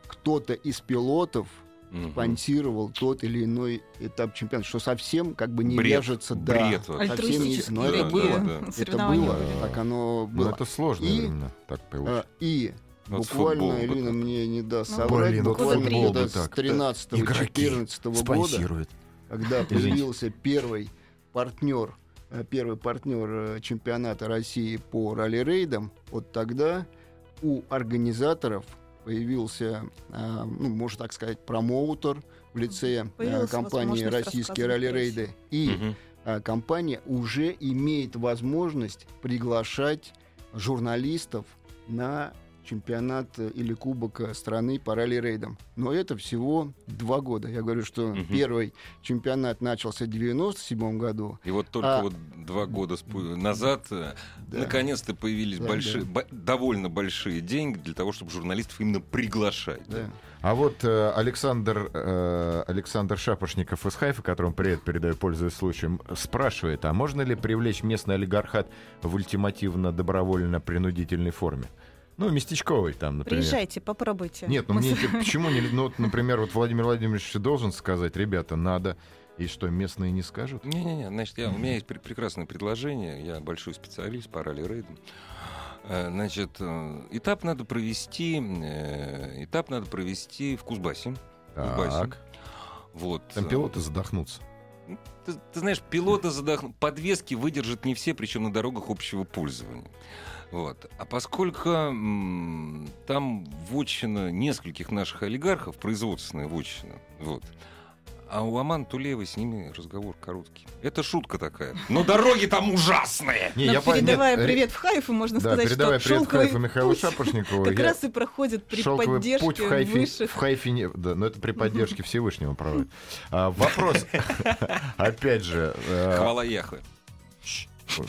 Speaker 4: кто-то из пилотов Типа
Speaker 1: Мгм.
Speaker 4: спонсировал тот или иной этап чемпионата, что совсем как бы типа не
Speaker 1: Бред.
Speaker 4: вяжется. да.
Speaker 1: Бред вообще.
Speaker 4: Совсем не-
Speaker 3: Альтруистические
Speaker 4: но это
Speaker 3: такие
Speaker 4: было.
Speaker 1: да, да.
Speaker 4: Это
Speaker 3: соревнования
Speaker 4: было,
Speaker 3: были.
Speaker 4: так оно
Speaker 2: Ну,
Speaker 4: было.
Speaker 2: это сложно
Speaker 4: И-
Speaker 2: именно так
Speaker 4: А,
Speaker 2: получилось.
Speaker 4: И
Speaker 1: Ну, Вот с
Speaker 4: буквально,
Speaker 1: футболом бы
Speaker 4: Ирина
Speaker 1: так.
Speaker 4: мне не даст
Speaker 3: Ну,
Speaker 4: соврать,
Speaker 2: блин, вот
Speaker 4: буквально
Speaker 3: футбол
Speaker 4: где-то
Speaker 2: бы
Speaker 4: с
Speaker 2: так, да.
Speaker 4: 13-14 года когда
Speaker 2: Извините.
Speaker 4: появился первый партнер, э, первый партнер э, чемпионата России по ралли-рейдам, вот тогда у организаторов появился, э, ну, можно так сказать, промоутер в лице э,
Speaker 3: Появилась
Speaker 4: компании
Speaker 3: возможность
Speaker 4: «Российские
Speaker 3: рассказывать
Speaker 4: ралли-рейды». И
Speaker 1: Мгм.
Speaker 4: а, компания уже имеет возможность приглашать журналистов на чемпионат э, или кубок э, страны по ралли-рейдам. Но это всего два года. Я говорю, что
Speaker 1: Мгм.
Speaker 4: первый чемпионат начался в 97 году.
Speaker 1: И вот только
Speaker 4: А-
Speaker 1: вот два года спу- назад э,
Speaker 4: Да.
Speaker 1: наконец-то появились
Speaker 4: Да,
Speaker 1: большие, бо- довольно большие деньги для того, чтобы журналистов именно приглашать.
Speaker 4: Да.
Speaker 2: А вот э, Александр, э, Александр Шапошников из Хайфа, которому привет передаю, пользуясь случаем, спрашивает, а можно ли привлечь местный олигархат в ультимативно-добровольно-принудительной форме? Ну, местечковый там, например.
Speaker 3: Приезжайте, попробуйте.
Speaker 2: Нет, ну
Speaker 3: Мы
Speaker 2: мне
Speaker 3: с-
Speaker 2: инте- почему не... Ну, вот, например, вот Владимир Владимирович должен сказать, ребята, надо... И что, местные не скажут?
Speaker 1: Не-не-не, значит, я, у меня есть пр- прекрасное предложение. Я большой специалист по ралли-рейдам. Э, Значит, э, этап надо провести, э, этап надо провести в Кузбассе. В Кузбассе.
Speaker 2: Так.
Speaker 1: Вот. э,
Speaker 2: Там пилоты задохнутся.
Speaker 1: Ты, ты знаешь, пилоты задохнут. Подвески выдержат не все, причем на дорогах общего пользования. Вот. А поскольку м, там вотчина нескольких наших олигархов, производственная вотчина, вот, а у Аман Тулеевой с ними разговор короткий. Это шутка такая. Но дороги там ужасные!
Speaker 2: Не,
Speaker 3: Но
Speaker 2: по- нет,
Speaker 3: передавая
Speaker 2: ре-
Speaker 3: привет в Хайфу, можно
Speaker 2: Да,
Speaker 3: сказать,
Speaker 2: передавая
Speaker 3: что
Speaker 2: привет
Speaker 3: шелковый
Speaker 2: Хайфу Михаилу
Speaker 3: путь
Speaker 2: Шапошникову.
Speaker 3: как
Speaker 2: я-
Speaker 3: раз и проходит при
Speaker 2: Шелковый
Speaker 3: поддержке
Speaker 2: путь в Хайфе,
Speaker 3: высших.
Speaker 2: в Хайфе не- да, но это при поддержке Всевышнего, правда. А, вопрос, (laughs) опять же, э,
Speaker 1: Хвала Яхве.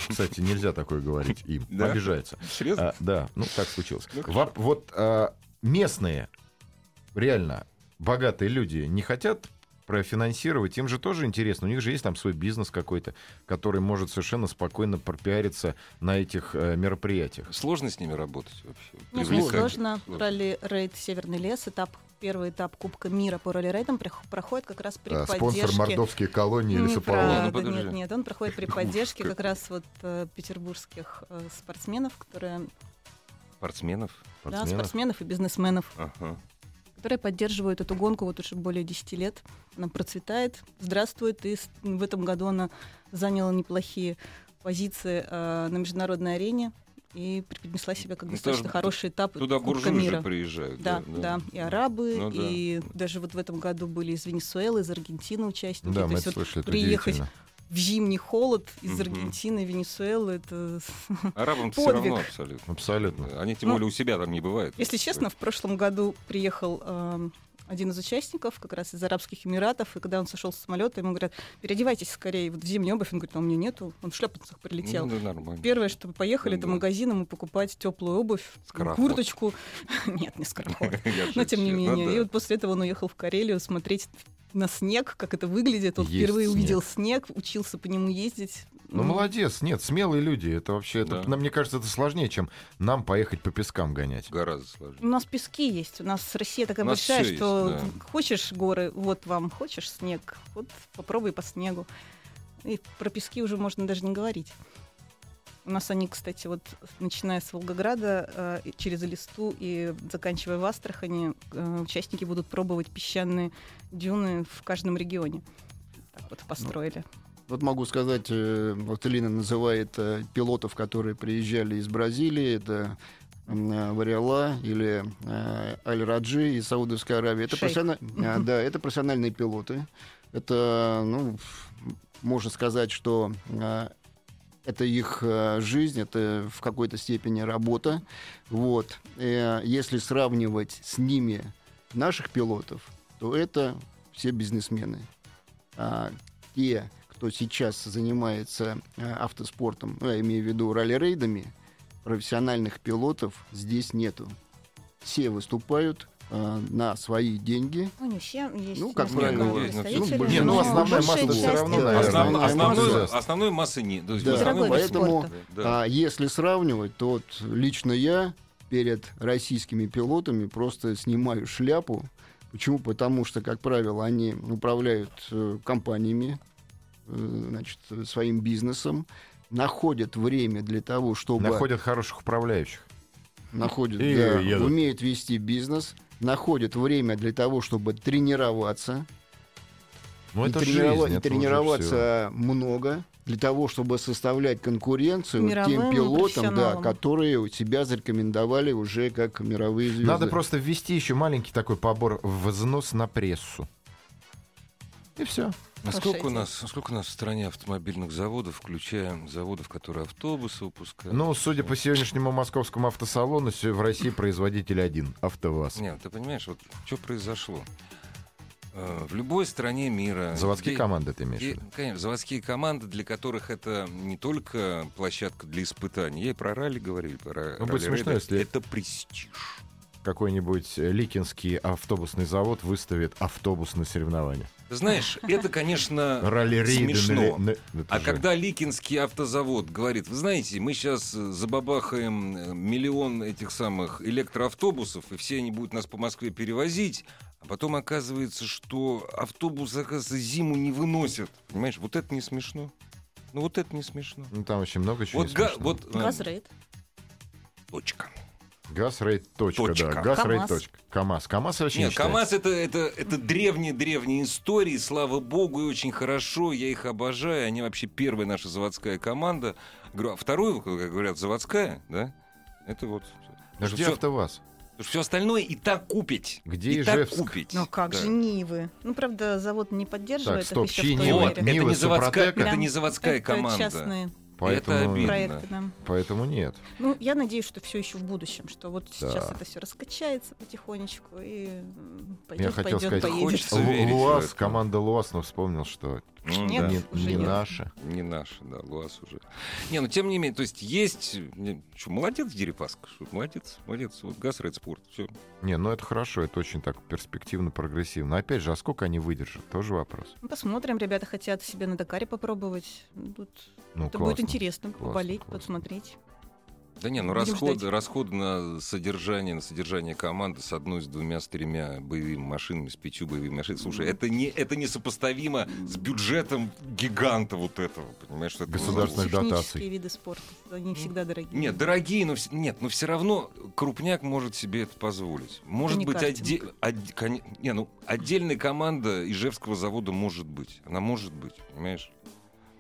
Speaker 2: кстати, нельзя такое говорить им,
Speaker 1: Да?
Speaker 2: обижается.
Speaker 1: Серьезно?
Speaker 2: А, да, ну так случилось.
Speaker 1: Ну,
Speaker 2: Воп- вот а, местные, реально богатые люди не хотят профинансировать, им же тоже интересно. У них же есть там свой бизнес какой-то, который может совершенно спокойно пропиариться на этих э, мероприятиях.
Speaker 1: А. Сложно с ними работать вообще?
Speaker 3: Нет, не
Speaker 1: Привлекать?
Speaker 3: Ну, сложно. Ралли-рейд «Северный лес», этап, первый этап Кубка мира по ралли-рейдам прих- проходит как раз при
Speaker 2: А,
Speaker 3: поддержке...
Speaker 2: спонсор мордовские колонии или
Speaker 1: Неправда.
Speaker 2: Сапоолова.
Speaker 1: Ну,
Speaker 3: Неправда,
Speaker 1: подожди.
Speaker 3: нет, нет, он проходит при
Speaker 1: Ух,
Speaker 3: поддержке
Speaker 1: как.
Speaker 3: как раз вот э, петербургских э, спортсменов, которые,
Speaker 1: Спортсменов?
Speaker 3: да, спортсменов и бизнесменов,
Speaker 1: Ага.
Speaker 3: которые поддерживают эту гонку вот уже более 10 лет. Она процветает, здравствует, и с- в этом году она заняла неплохие позиции э, на а, международной арене. и преподнесла себя как
Speaker 1: Ну,
Speaker 3: достаточно
Speaker 1: тоже
Speaker 3: хороший этап
Speaker 1: Туда
Speaker 3: Кубка
Speaker 1: буржуи
Speaker 3: мира.
Speaker 1: же приезжают.
Speaker 3: Да, да, и арабы,
Speaker 1: Ну да.
Speaker 3: и даже вот в этом году были из Венесуэлы, из Аргентины участники.
Speaker 2: Да,
Speaker 3: То
Speaker 2: мы
Speaker 3: есть
Speaker 2: это
Speaker 3: вот
Speaker 2: слышали, это
Speaker 3: приехать
Speaker 2: удивительно.
Speaker 3: в зимний холод из
Speaker 1: Мгм.
Speaker 3: Аргентины, Венесуэлы, это...
Speaker 1: Арабам все
Speaker 3: Подвиг.
Speaker 1: равно абсолютно.
Speaker 2: Абсолютно.
Speaker 1: Э, Они тем
Speaker 3: Ну,
Speaker 1: более у себя там не Ну, бывают.
Speaker 3: Если честно, в прошлом году приехал эм, один из участников, как раз из Арабских Эмиратов, и когда он сошел с самолета, ему говорят, переодевайтесь скорее вот в зимнюю обувь. Он говорит, а у меня нету, он в шлепанцах прилетел.
Speaker 1: Ну, да, нормально. (laughs)
Speaker 3: Первое, что мы поехали,
Speaker 1: Ну
Speaker 3: это
Speaker 1: да.
Speaker 3: магазином и покупать теплую обувь,
Speaker 1: Скороход.
Speaker 3: курточку. (laughs) Нет, не скороход.
Speaker 1: Я
Speaker 3: Но тем не
Speaker 1: шучу. Ну,
Speaker 3: менее.
Speaker 1: да.
Speaker 3: И вот после этого он уехал в Карелию смотреть на снег, как это выглядит. Он
Speaker 2: Есть
Speaker 3: впервые
Speaker 2: снег.
Speaker 3: увидел снег, учился по нему ездить.
Speaker 2: Ну, молодец, нет, смелые люди. Это вообще, это,
Speaker 1: Да.
Speaker 2: нам, мне кажется, это сложнее, чем нам поехать по пескам гонять.
Speaker 1: Гораздо сложнее.
Speaker 3: У нас пески есть. У нас Россия такая
Speaker 1: У нас
Speaker 3: большая,
Speaker 1: всё есть,
Speaker 3: что
Speaker 1: да.
Speaker 3: хочешь горы, вот вам, хочешь снег, вот попробуй по снегу. И про пески уже можно даже не говорить. У нас они, кстати, вот начиная с Волгограда, э, и через Элисту и заканчивая в Астрахани, э, участники будут пробовать песчаные дюны в каждом регионе. Так
Speaker 1: Ну.
Speaker 3: вот построили.
Speaker 4: Вот могу сказать, э, вот Элина называет э, пилотов, которые приезжали из Бразилии, это м, Вариала или э, Аль-Раджи из Саудовской Аравии. Это,
Speaker 3: Шейх.
Speaker 4: профессиональ- а,
Speaker 3: Мгм.
Speaker 4: да, это профессиональные пилоты. Это, ну, можно сказать, что э, это их э, жизнь, это в какой-то степени работа. Вот. Э, Если сравнивать с ними наших пилотов, то это все бизнесмены. А те, кто сейчас занимается э, автоспортом, ну, я имею в виду ралли-рейдами, профессиональных пилотов здесь нету. Все выступают э, на свои деньги.
Speaker 3: Ну, не все есть.
Speaker 4: Ну, как
Speaker 3: несколько
Speaker 1: правило, есть,
Speaker 3: представителей,
Speaker 4: ну,
Speaker 2: Не,
Speaker 3: но
Speaker 2: ну основная
Speaker 3: большая
Speaker 2: масса все
Speaker 3: часть
Speaker 2: равно,
Speaker 3: это-
Speaker 4: да,
Speaker 1: Основ-
Speaker 4: основная
Speaker 1: основной-
Speaker 2: масса.
Speaker 1: Основной массы нет. То есть
Speaker 4: Да.
Speaker 1: основной
Speaker 3: Дорогой вид
Speaker 1: массы-
Speaker 4: поэтому,
Speaker 3: спорта.
Speaker 1: Да.
Speaker 4: А если сравнивать, то вот лично я перед российскими пилотами просто снимаю шляпу. Почему? Потому что, как правило, они управляют э, компаниями, э, значит, э, своим бизнесом, находят время для того, чтобы
Speaker 2: Находят хороших управляющих.
Speaker 4: находят,
Speaker 2: И
Speaker 4: да,
Speaker 2: едут.
Speaker 4: умеют вести бизнес, находят время для того, чтобы тренироваться,
Speaker 2: Ну,
Speaker 4: и,
Speaker 2: это
Speaker 4: тренирова-
Speaker 2: жизнь,
Speaker 4: и
Speaker 2: это уже всё.
Speaker 4: тренироваться много для того, чтобы составлять конкуренцию
Speaker 3: Мировым
Speaker 4: тем пилотам, да,
Speaker 3: профессионалам.
Speaker 4: которые у себя зарекомендовали уже как мировые звезды.
Speaker 2: Надо просто ввести еще маленький такой побор взнос на прессу. И все.
Speaker 1: А сколько у,
Speaker 3: Слушайте.
Speaker 1: нас, сколько у нас в стране автомобильных заводов, включая заводов, которые автобусы выпускают?
Speaker 2: Ну, судя по сегодняшнему московскому автосалону, сё- в России производитель один — АвтоВАЗ.
Speaker 1: Нет, ты понимаешь, вот что произошло? Э, В любой стране мира...
Speaker 2: Заводские
Speaker 1: где-
Speaker 2: команды ты имеешь в
Speaker 1: где-
Speaker 2: виду?
Speaker 1: Конечно, заводские команды, для которых это не только площадка для испытаний. Я и про ралли говорили. Про
Speaker 2: Ну, будет
Speaker 1: ралли-рейды.
Speaker 2: смешно, если-
Speaker 1: Это престиж.
Speaker 2: Какой-нибудь э, ликинский автобусный завод выставит автобус на соревнования.
Speaker 1: Ты знаешь, это, конечно,
Speaker 2: Ралли-рейды.
Speaker 1: смешно.
Speaker 2: на- на- это
Speaker 1: А
Speaker 2: же-
Speaker 1: когда Ликинский автозавод говорит, вы знаете, мы сейчас забабахаем э, миллион этих самых электроавтобусов, и все они будут нас по Москве перевозить, а потом оказывается, что автобус, оказывается, зиму не выносят. Понимаешь, вот это не смешно. Ну вот это не смешно.
Speaker 2: Ну, там очень много чего
Speaker 1: Вот,
Speaker 2: не
Speaker 1: га-
Speaker 2: смешного.
Speaker 1: вот э,
Speaker 3: Газрейд.
Speaker 1: точка.
Speaker 2: Газ рейд точка, да.
Speaker 1: Точка.
Speaker 2: Газ
Speaker 3: КамАЗ.
Speaker 2: рейд точка. КамАЗ. КамАЗ вообще не
Speaker 1: Нет,
Speaker 2: считается.
Speaker 1: КАМАЗ это, это, это древние-древние истории, слава богу, и очень хорошо, я их обожаю, они вообще первая наша заводская команда. Говорю, а вторую, как говорят, заводская, да, это вот...
Speaker 2: Подожди,
Speaker 1: Всё-
Speaker 2: АвтоВАЗ?
Speaker 1: все остальное и так купить.
Speaker 2: Где
Speaker 1: и так
Speaker 2: Ижевск?
Speaker 1: купить.
Speaker 3: Ну как
Speaker 1: Да.
Speaker 3: же Нивы? Ну, правда, завод не поддерживает
Speaker 2: Так, стоп,
Speaker 3: их еще
Speaker 2: чьи
Speaker 3: в той
Speaker 2: Нивы?
Speaker 1: Вот,
Speaker 3: мере.
Speaker 2: Нивы
Speaker 1: это не заводская,
Speaker 2: Супротека?
Speaker 1: это не заводская
Speaker 3: Это
Speaker 1: команда.
Speaker 3: частные
Speaker 2: Поэтому,
Speaker 1: обидно.
Speaker 3: проекты, да.
Speaker 2: поэтому нет.
Speaker 3: Ну, я надеюсь, что все еще в будущем, что вот сейчас
Speaker 2: Да.
Speaker 3: это все раскачается потихонечку и м,
Speaker 2: Я
Speaker 3: пойдет,
Speaker 2: хотел
Speaker 3: пойдет,
Speaker 2: сказать,
Speaker 3: поедет.
Speaker 1: хочется.
Speaker 2: Лу-
Speaker 1: верить в
Speaker 2: Луаз,
Speaker 1: это.
Speaker 2: команда Луаз, но вспомнил, что
Speaker 1: Ну,
Speaker 3: Нет,
Speaker 1: да.
Speaker 2: не,
Speaker 3: уже
Speaker 2: не
Speaker 3: нет.
Speaker 2: наша.
Speaker 1: Не наши, да, ЛУАЗ уже. Не, ну тем не менее, то есть есть... не, чё, молодец, Дерипаска, что, молодец, молодец. Вот газ, Ред Спорт, все.
Speaker 2: Не, ну это хорошо, это очень так перспективно, прогрессивно. Опять же, а сколько они выдержат, тоже вопрос.
Speaker 3: Ну, Посмотрим, ребята хотят себе на Дакаре попробовать. Ну, Тут
Speaker 2: Ну,
Speaker 3: это будет
Speaker 2: классно.
Speaker 3: интересно поболеть,
Speaker 2: классно.
Speaker 3: посмотреть.
Speaker 1: Да не, ну
Speaker 3: Будем
Speaker 1: расходы,
Speaker 3: ждать.
Speaker 1: расходы на содержание, на содержание команды с одной, с двумя, с тремя боевыми машинами, с пятью боевыми машинами. Слушай, это не, это несопоставимо с бюджетом гиганта вот этого, понимаешь? что это
Speaker 2: Государственных
Speaker 1: ну,
Speaker 2: Разных дотаций.
Speaker 3: Технические виды спорта, они всегда дорогие.
Speaker 1: Нет, дорогие, но вс- нет, но все равно крупняк может себе это позволить. Может
Speaker 3: не
Speaker 1: быть, отде-
Speaker 3: картинг.
Speaker 1: отде- коне- не, ну, отдельная команда Ижевского завода может быть. Она может быть, понимаешь?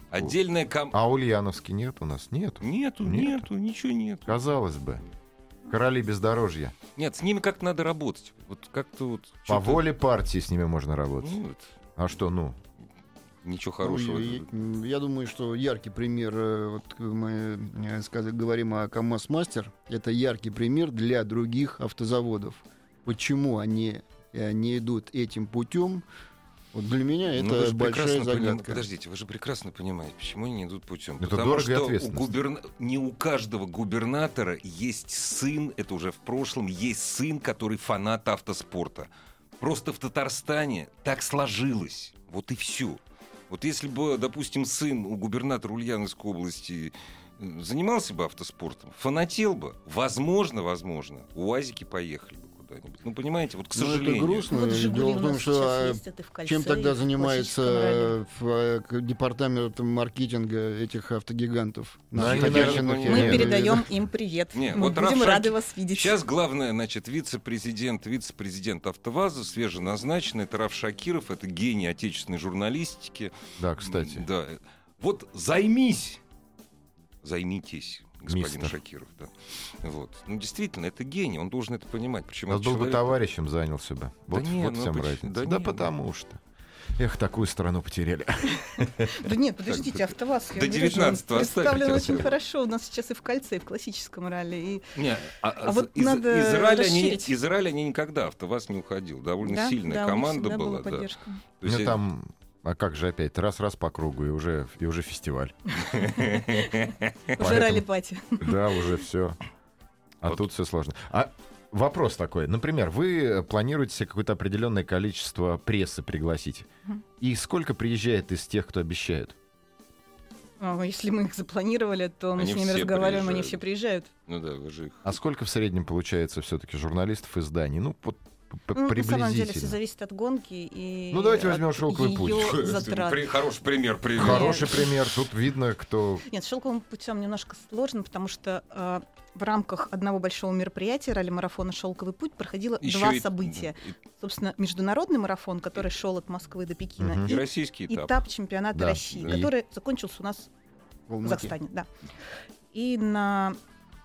Speaker 1: Отдельная команда.
Speaker 2: А Ульяновский нет у нас? Нет.
Speaker 1: Нету,
Speaker 2: А Нет.
Speaker 1: нету, ничего нет.
Speaker 2: Казалось бы. Короли бездорожья.
Speaker 1: Нет, с ними как-то надо работать. Вот как-то вот...
Speaker 2: По
Speaker 1: чё-то-
Speaker 2: воле партии с ними можно работать.
Speaker 1: Ну, вот,
Speaker 2: А что, ну?
Speaker 1: ничего хорошего.
Speaker 4: Ну, и- и, м, я думаю, что яркий пример, э, вот к- мы э, сказ- говорим о КАМАЗ-мастер, это яркий пример для других автозаводов. Почему они э, не идут этим путем? Вот для меня это
Speaker 1: Ну, вы же
Speaker 4: большая
Speaker 1: прекрасно пони-
Speaker 4: загадка.
Speaker 1: Подождите, вы же прекрасно понимаете, почему они не идут путем.
Speaker 2: Это
Speaker 1: Потому
Speaker 2: дорого и
Speaker 1: что у
Speaker 2: ответственно.
Speaker 1: губерна- не у каждого губернатора есть сын, это уже в прошлом, есть сын, который фанат автоспорта. Просто в Татарстане так сложилось. Вот и все. Вот если бы, допустим, сын у губернатора Ульяновской области э, занимался бы автоспортом, фанател бы, возможно, возможно, УАЗики поехали бы куда-нибудь. Ну, понимаете, вот к
Speaker 4: Ну, это
Speaker 1: сожалению.
Speaker 4: грустно.
Speaker 3: Вот
Speaker 4: Дело
Speaker 3: «Жигули»
Speaker 4: в
Speaker 3: у
Speaker 4: том,
Speaker 3: нас
Speaker 4: что,
Speaker 3: сейчас
Speaker 4: а,
Speaker 3: ездят и в кольце,
Speaker 4: Чем
Speaker 3: и
Speaker 4: тогда
Speaker 3: в классическом ралли.
Speaker 4: занимается э, ф- э, к- департамент маркетинга этих автогигантов?
Speaker 2: Ну,
Speaker 4: Наших
Speaker 2: они, наверное,
Speaker 4: отечественных, я
Speaker 1: не-
Speaker 3: Мы
Speaker 4: имею в виду.
Speaker 3: передаем им привет.
Speaker 1: Не,
Speaker 3: Мы
Speaker 1: вот
Speaker 3: будем
Speaker 1: Равшан-
Speaker 3: рады вас видеть.
Speaker 1: Сейчас главное, значит, вице-президент, вице-президент АвтоВАЗа, свеженазначенный, это Раф Шакиров, это гений отечественной журналистики.
Speaker 2: Да, А, кстати.
Speaker 1: Да. Вот займись, займитесь, господин
Speaker 2: Мистер.
Speaker 1: Шакиров. Да. Вот. Ну, действительно, это гений, он должен это понимать. Почему
Speaker 2: Он
Speaker 1: этот
Speaker 2: был бы
Speaker 1: человек-
Speaker 2: товарищем занялся бы. Вот,
Speaker 1: не,
Speaker 2: вот
Speaker 1: ну,
Speaker 2: в чем
Speaker 1: поч-
Speaker 2: разница.
Speaker 1: да
Speaker 2: Да,
Speaker 1: не,
Speaker 2: потому что. Эх, такую страну потеряли.
Speaker 3: Да нет, подождите, АвтоВАЗ. я
Speaker 1: До
Speaker 3: говорю же,
Speaker 1: 19-го
Speaker 3: он
Speaker 1: оставь
Speaker 3: представлен
Speaker 1: хотя бы.
Speaker 3: очень хорошо. У нас сейчас и в кольце, и в классическом ралли. И
Speaker 1: Не, а,
Speaker 3: А
Speaker 1: з-
Speaker 3: вот
Speaker 1: из,
Speaker 3: надо
Speaker 1: из Израиля они,
Speaker 3: расширить.
Speaker 1: из Израиля они никогда АвтоВАЗ не уходил. Довольно
Speaker 3: Да,
Speaker 1: сильная
Speaker 3: да, у них
Speaker 1: команда
Speaker 3: всегда
Speaker 1: была. да. (laughs)
Speaker 3: поддержка.
Speaker 1: То есть
Speaker 2: ну
Speaker 1: я-
Speaker 2: там, а как же опять, раз-раз по кругу, и уже, и
Speaker 1: (laughs)
Speaker 2: уже фестиваль.
Speaker 3: Уже
Speaker 2: Поэтому-
Speaker 3: ралли-пати.
Speaker 2: Да, уже все. А
Speaker 1: Вот.
Speaker 2: тут все сложно. А вопрос такой. Например, вы планируете себе какое-то определенное количество прессы пригласить.
Speaker 3: Мгм.
Speaker 2: И сколько приезжает из тех, кто обещают?
Speaker 3: А, Если мы их запланировали, то мы
Speaker 1: Они
Speaker 3: с ними
Speaker 1: все
Speaker 3: разговариваем, они
Speaker 1: приезжают.
Speaker 3: все приезжают.
Speaker 1: Ну да, вы же их...
Speaker 2: А сколько в среднем получается все-таки журналистов изданий? Ну, вот п- п-
Speaker 3: Ну, на самом деле все
Speaker 2: приблизительно.
Speaker 3: зависит от гонки и
Speaker 2: Ну, давайте
Speaker 3: от
Speaker 2: возьмем «Шелковый
Speaker 3: её
Speaker 2: путь».
Speaker 3: затрат.
Speaker 1: При- Хороший пример привел.
Speaker 2: Хороший пример. Тут видно, кто...
Speaker 3: Нет, с шелковым путем немножко сложно, потому что э, в рамках одного большого мероприятия ралли-марафона «Шелковый путь» проходило
Speaker 1: Ещё
Speaker 3: два
Speaker 1: и-
Speaker 3: события.
Speaker 1: и-
Speaker 3: Собственно, международный марафон, который шел от Москвы до Пекина,
Speaker 2: Мгм.
Speaker 1: И российский
Speaker 3: и
Speaker 1: этап.
Speaker 3: этап чемпионата
Speaker 2: Да,
Speaker 3: России,
Speaker 1: да.
Speaker 3: который закончился у нас
Speaker 4: В
Speaker 3: в
Speaker 4: Алмате.
Speaker 3: Казахстане. Да. И на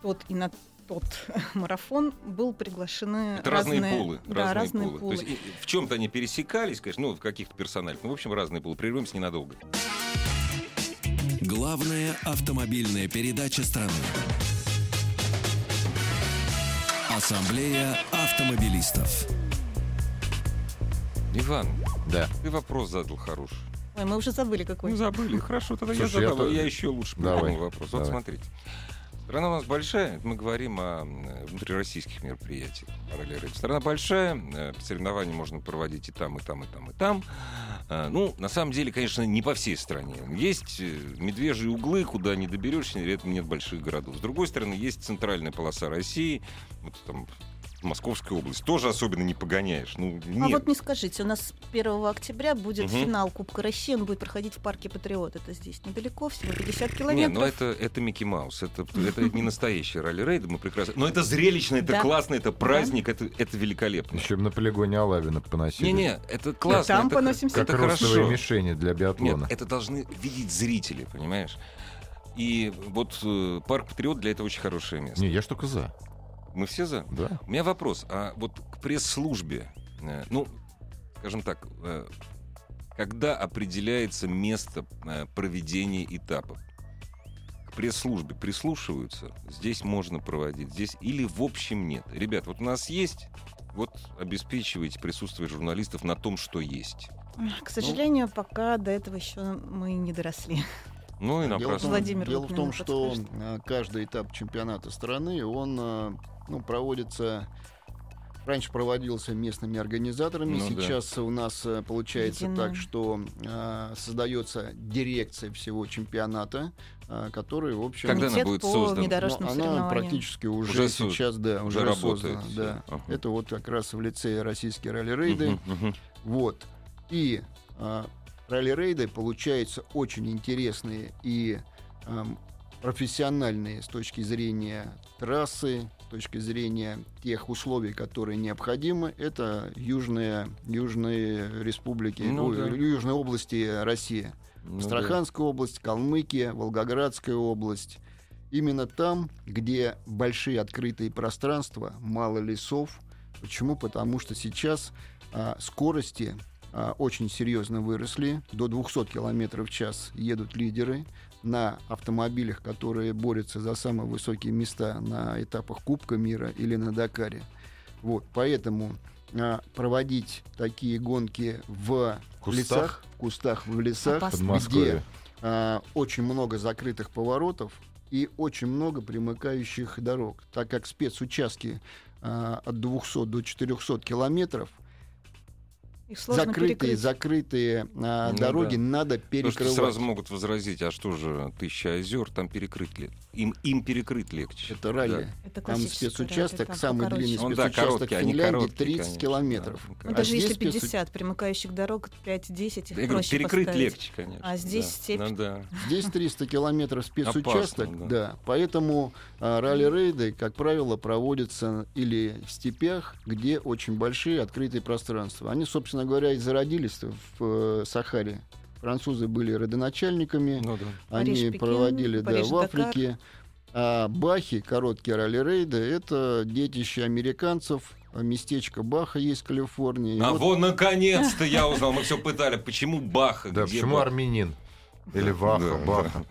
Speaker 3: тот, и на тот (laughs) марафон был приглашены
Speaker 1: Это разные, полы.
Speaker 3: Да, разные, полы.
Speaker 1: То есть, и- и в чем-то они пересекались, конечно, ну, в каких-то персональных. Ну, в общем, разные полы. Прервемся ненадолго.
Speaker 5: Главная автомобильная передача страны. Ассамблея автомобилистов.
Speaker 1: Иван,
Speaker 2: Да.
Speaker 1: ты вопрос задал хороший.
Speaker 3: Ой, мы уже забыли какой.
Speaker 1: Ну, забыли. Хорошо, тогда
Speaker 2: Слушай,
Speaker 1: я
Speaker 2: я
Speaker 1: задам.
Speaker 2: тоже-
Speaker 1: Я, еще лучше
Speaker 2: Давай,
Speaker 1: придумал вопрос. Вот
Speaker 2: давай.
Speaker 1: смотрите. Страна у нас большая, мы говорим о м, внутрироссийских мероприятиях. параллельно. Страна большая, э, соревнования можно проводить и там, и там, и там, и там. Э, Ну, на самом деле, конечно, не по всей стране. Есть э, медвежьи углы, куда не доберешься, рядом нет больших городов. С другой стороны, есть центральная полоса России, вот там Московская область. Тоже особенно не погоняешь. Ну,
Speaker 3: А
Speaker 1: нет.
Speaker 3: вот не скажите, у нас 1 октября будет
Speaker 1: Мгм.
Speaker 3: финал Кубка России, он будет проходить в парке Патриот. Это здесь недалеко, всего 50
Speaker 1: Не,
Speaker 3: километров.
Speaker 1: ну это, это Микки Маус, это, это
Speaker 3: (laughs)
Speaker 1: не настоящий ралли-рейд, мы прекрасно... Но это зрелищно, это
Speaker 3: Да.
Speaker 1: классно, это праздник, это, это великолепно.
Speaker 2: Еще на полигоне Алавина поносили.
Speaker 1: Не-не, это классно.
Speaker 3: там
Speaker 1: это, хо-
Speaker 3: поносимся.
Speaker 2: Как
Speaker 1: это
Speaker 2: ростовые
Speaker 1: хорошо.
Speaker 2: мишени для
Speaker 1: Нет,
Speaker 2: биатлона.
Speaker 1: это должны видеть зрители, понимаешь? И вот э, парк Патриот для этого очень хорошее место.
Speaker 2: Не, я ж только за.
Speaker 1: Мы все за?
Speaker 2: Да.
Speaker 1: У меня вопрос. А вот к пресс-службе, э, ну, скажем так, э, когда определяется место э, проведения этапов? К пресс-службе прислушиваются, здесь можно проводить, здесь или в общем нет. Ребят, вот у нас есть, вот обеспечивайте присутствие журналистов на том, что есть.
Speaker 3: К сожалению, пока до этого еще мы не доросли.
Speaker 1: Ну и
Speaker 4: Дело в
Speaker 1: напрасно.
Speaker 4: том,
Speaker 3: Владимир
Speaker 4: дело в
Speaker 3: Лукнин
Speaker 4: том
Speaker 3: нам
Speaker 4: что
Speaker 3: подскажет.
Speaker 4: э, каждый этап чемпионата страны, он э, ну, проводится... Раньше проводился местными организаторами,
Speaker 1: Ну да.
Speaker 4: сейчас у нас э, получается
Speaker 3: Едино.
Speaker 4: так, что э, создается дирекция всего чемпионата, э, который, в
Speaker 1: (laughs)
Speaker 4: общем,
Speaker 1: Когда она
Speaker 3: Комитет
Speaker 1: будет
Speaker 3: по
Speaker 1: создана?
Speaker 4: ну,
Speaker 3: Недорожным
Speaker 4: она
Speaker 3: соревнованиям.
Speaker 4: практически уже,
Speaker 1: Уже созд-
Speaker 4: сейчас, да, уже,
Speaker 1: уже
Speaker 4: создана,
Speaker 1: работает.
Speaker 4: да.
Speaker 1: Ага.
Speaker 4: Это вот как раз в лице российские ралли-рейды,
Speaker 1: Мгм, мгм.
Speaker 4: вот. И а, ралли-рейды получаются очень интересные и ам, профессиональные с точки зрения трассы, с точки зрения тех условий, которые необходимы. Это южные, южные республики,
Speaker 1: Ну
Speaker 4: ой,
Speaker 1: да.
Speaker 4: южные области России.
Speaker 1: Ну да.
Speaker 4: Астраханская область, Калмыкия, Волгоградская область. Именно там, где большие открытые пространства, мало лесов. Почему? Потому что сейчас а, скорости а, очень серьезно выросли. До 200 км в час едут лидеры на автомобилях, которые борются за самые высокие места на этапах Кубка мира или на Дакаре. Вот, поэтому а, проводить такие гонки в
Speaker 2: Кустах?
Speaker 4: лесах, в кустах, в лесах,
Speaker 3: Опасно.
Speaker 4: где
Speaker 2: Подмосковье.
Speaker 4: а, очень много закрытых поворотов и очень много примыкающих дорог, так как спецучастки а, от 200 до 400 километров
Speaker 3: Их сложно
Speaker 4: закрытые,
Speaker 3: перекрыть.
Speaker 4: закрытые а,
Speaker 1: Ну
Speaker 4: дороги
Speaker 1: да.
Speaker 4: надо
Speaker 1: Потому что
Speaker 4: перекрывать.
Speaker 1: сразу могут возразить, а что же тысяча озер, там перекрыть ле- Им, им перекрыть легче.
Speaker 4: Это ралли.
Speaker 3: Это
Speaker 4: Там
Speaker 3: классический
Speaker 4: спецучасток,
Speaker 3: вариант, это
Speaker 4: самый
Speaker 3: покороче.
Speaker 4: длинный
Speaker 1: Он, да,
Speaker 4: спецучасток
Speaker 1: короткий, они
Speaker 4: Финляндии
Speaker 1: короткие,
Speaker 4: 30
Speaker 1: конечно,
Speaker 4: километров.
Speaker 1: да.
Speaker 3: Ну,
Speaker 4: А
Speaker 3: даже если
Speaker 4: здесь спецу-
Speaker 3: 50 примыкающих дорог, 5-10
Speaker 1: Я
Speaker 3: их
Speaker 1: говорю,
Speaker 3: проще
Speaker 1: перекрыть
Speaker 3: поставить.
Speaker 1: легче, конечно.
Speaker 3: А здесь
Speaker 1: да.
Speaker 3: степь.
Speaker 1: Ну да.
Speaker 4: Здесь 300 километров спецучасток,
Speaker 1: Опасно,
Speaker 4: да. Поэтому а, ралли-рейды, как правило, проводятся или в степях, где очень большие открытые пространства. Они, собственно говоря, и зародились в э, Сахаре. Французы были родоначальниками,
Speaker 1: Ну да.
Speaker 4: они
Speaker 3: Париж-Пекин,
Speaker 4: проводили да, в
Speaker 3: Париж-Дакар.
Speaker 4: Африке. А Бахи, короткие ралли-рейды, это детище американцев. А Местечко Баха есть в Калифорнии. И
Speaker 1: А
Speaker 4: Ну вот
Speaker 1: вот наконец-то я узнал, мы все пытали, почему Баха,
Speaker 2: Да,
Speaker 1: где
Speaker 2: почему
Speaker 1: Баха?
Speaker 2: армянин? Или Ваха,
Speaker 1: Да,
Speaker 2: Баха.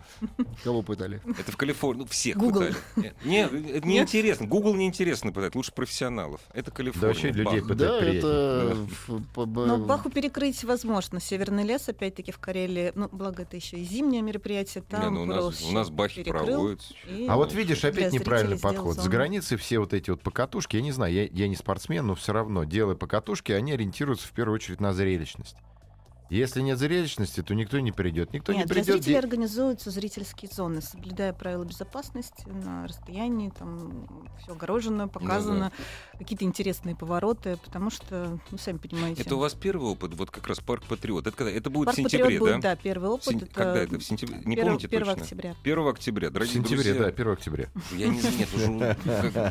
Speaker 4: кого пытали?
Speaker 1: Это в Калифорнии, ну всех
Speaker 3: Google.
Speaker 1: пытали. Нет, Нет, это неинтересно. Google неинтересно пытать, лучше профессионалов. Это Калифорния.
Speaker 2: Да вообще людей
Speaker 1: Бах.
Speaker 2: пытать
Speaker 4: Да,
Speaker 2: приятнее.
Speaker 4: это... ф- по-
Speaker 3: Но Ну, Баху перекрыть возможно. Северный лес, опять-таки, в Карелии, ну, благо, это еще и зимнее мероприятие,
Speaker 1: Не,
Speaker 3: там
Speaker 1: ну, у, нас,
Speaker 3: проще.
Speaker 1: у нас бахи
Speaker 3: Перекрыл,
Speaker 1: проводятся.
Speaker 3: и-
Speaker 2: А вот видишь, опять
Speaker 3: Ну, зрителей
Speaker 2: неправильный
Speaker 3: сделал
Speaker 2: подход. С
Speaker 3: зону.
Speaker 2: границы все вот эти вот покатушки, я не знаю, я, я не спортсмен, но все равно, делая покатушки, они ориентируются в первую очередь на зрелищность. Если нет зрелищности, то никто не придет. Никто не
Speaker 3: Нет, для
Speaker 2: придет.
Speaker 3: зрителей
Speaker 2: де-
Speaker 3: организуются зрительские зоны, соблюдая правила безопасности на расстоянии, там все
Speaker 1: Ну
Speaker 3: огорожено, показано, какие-то интересные повороты, потому что, ну, сами понимаете.
Speaker 1: Это у вас первый опыт, вот как раз парк Патриот. Это когда? Это будет
Speaker 3: Парк
Speaker 1: в сентябре,
Speaker 3: Патриот будет,
Speaker 1: да?
Speaker 3: да, первый опыт.
Speaker 1: В сен-
Speaker 3: это
Speaker 1: Когда это? В сентябре? Не
Speaker 3: перв-
Speaker 1: помните
Speaker 3: 1
Speaker 1: точно?
Speaker 3: э, октября.
Speaker 1: 1 октября,
Speaker 2: В
Speaker 1: дорогие
Speaker 2: сентябре,
Speaker 1: друзья.
Speaker 2: да, 1 октября.
Speaker 1: Я не знаю, нет, уже...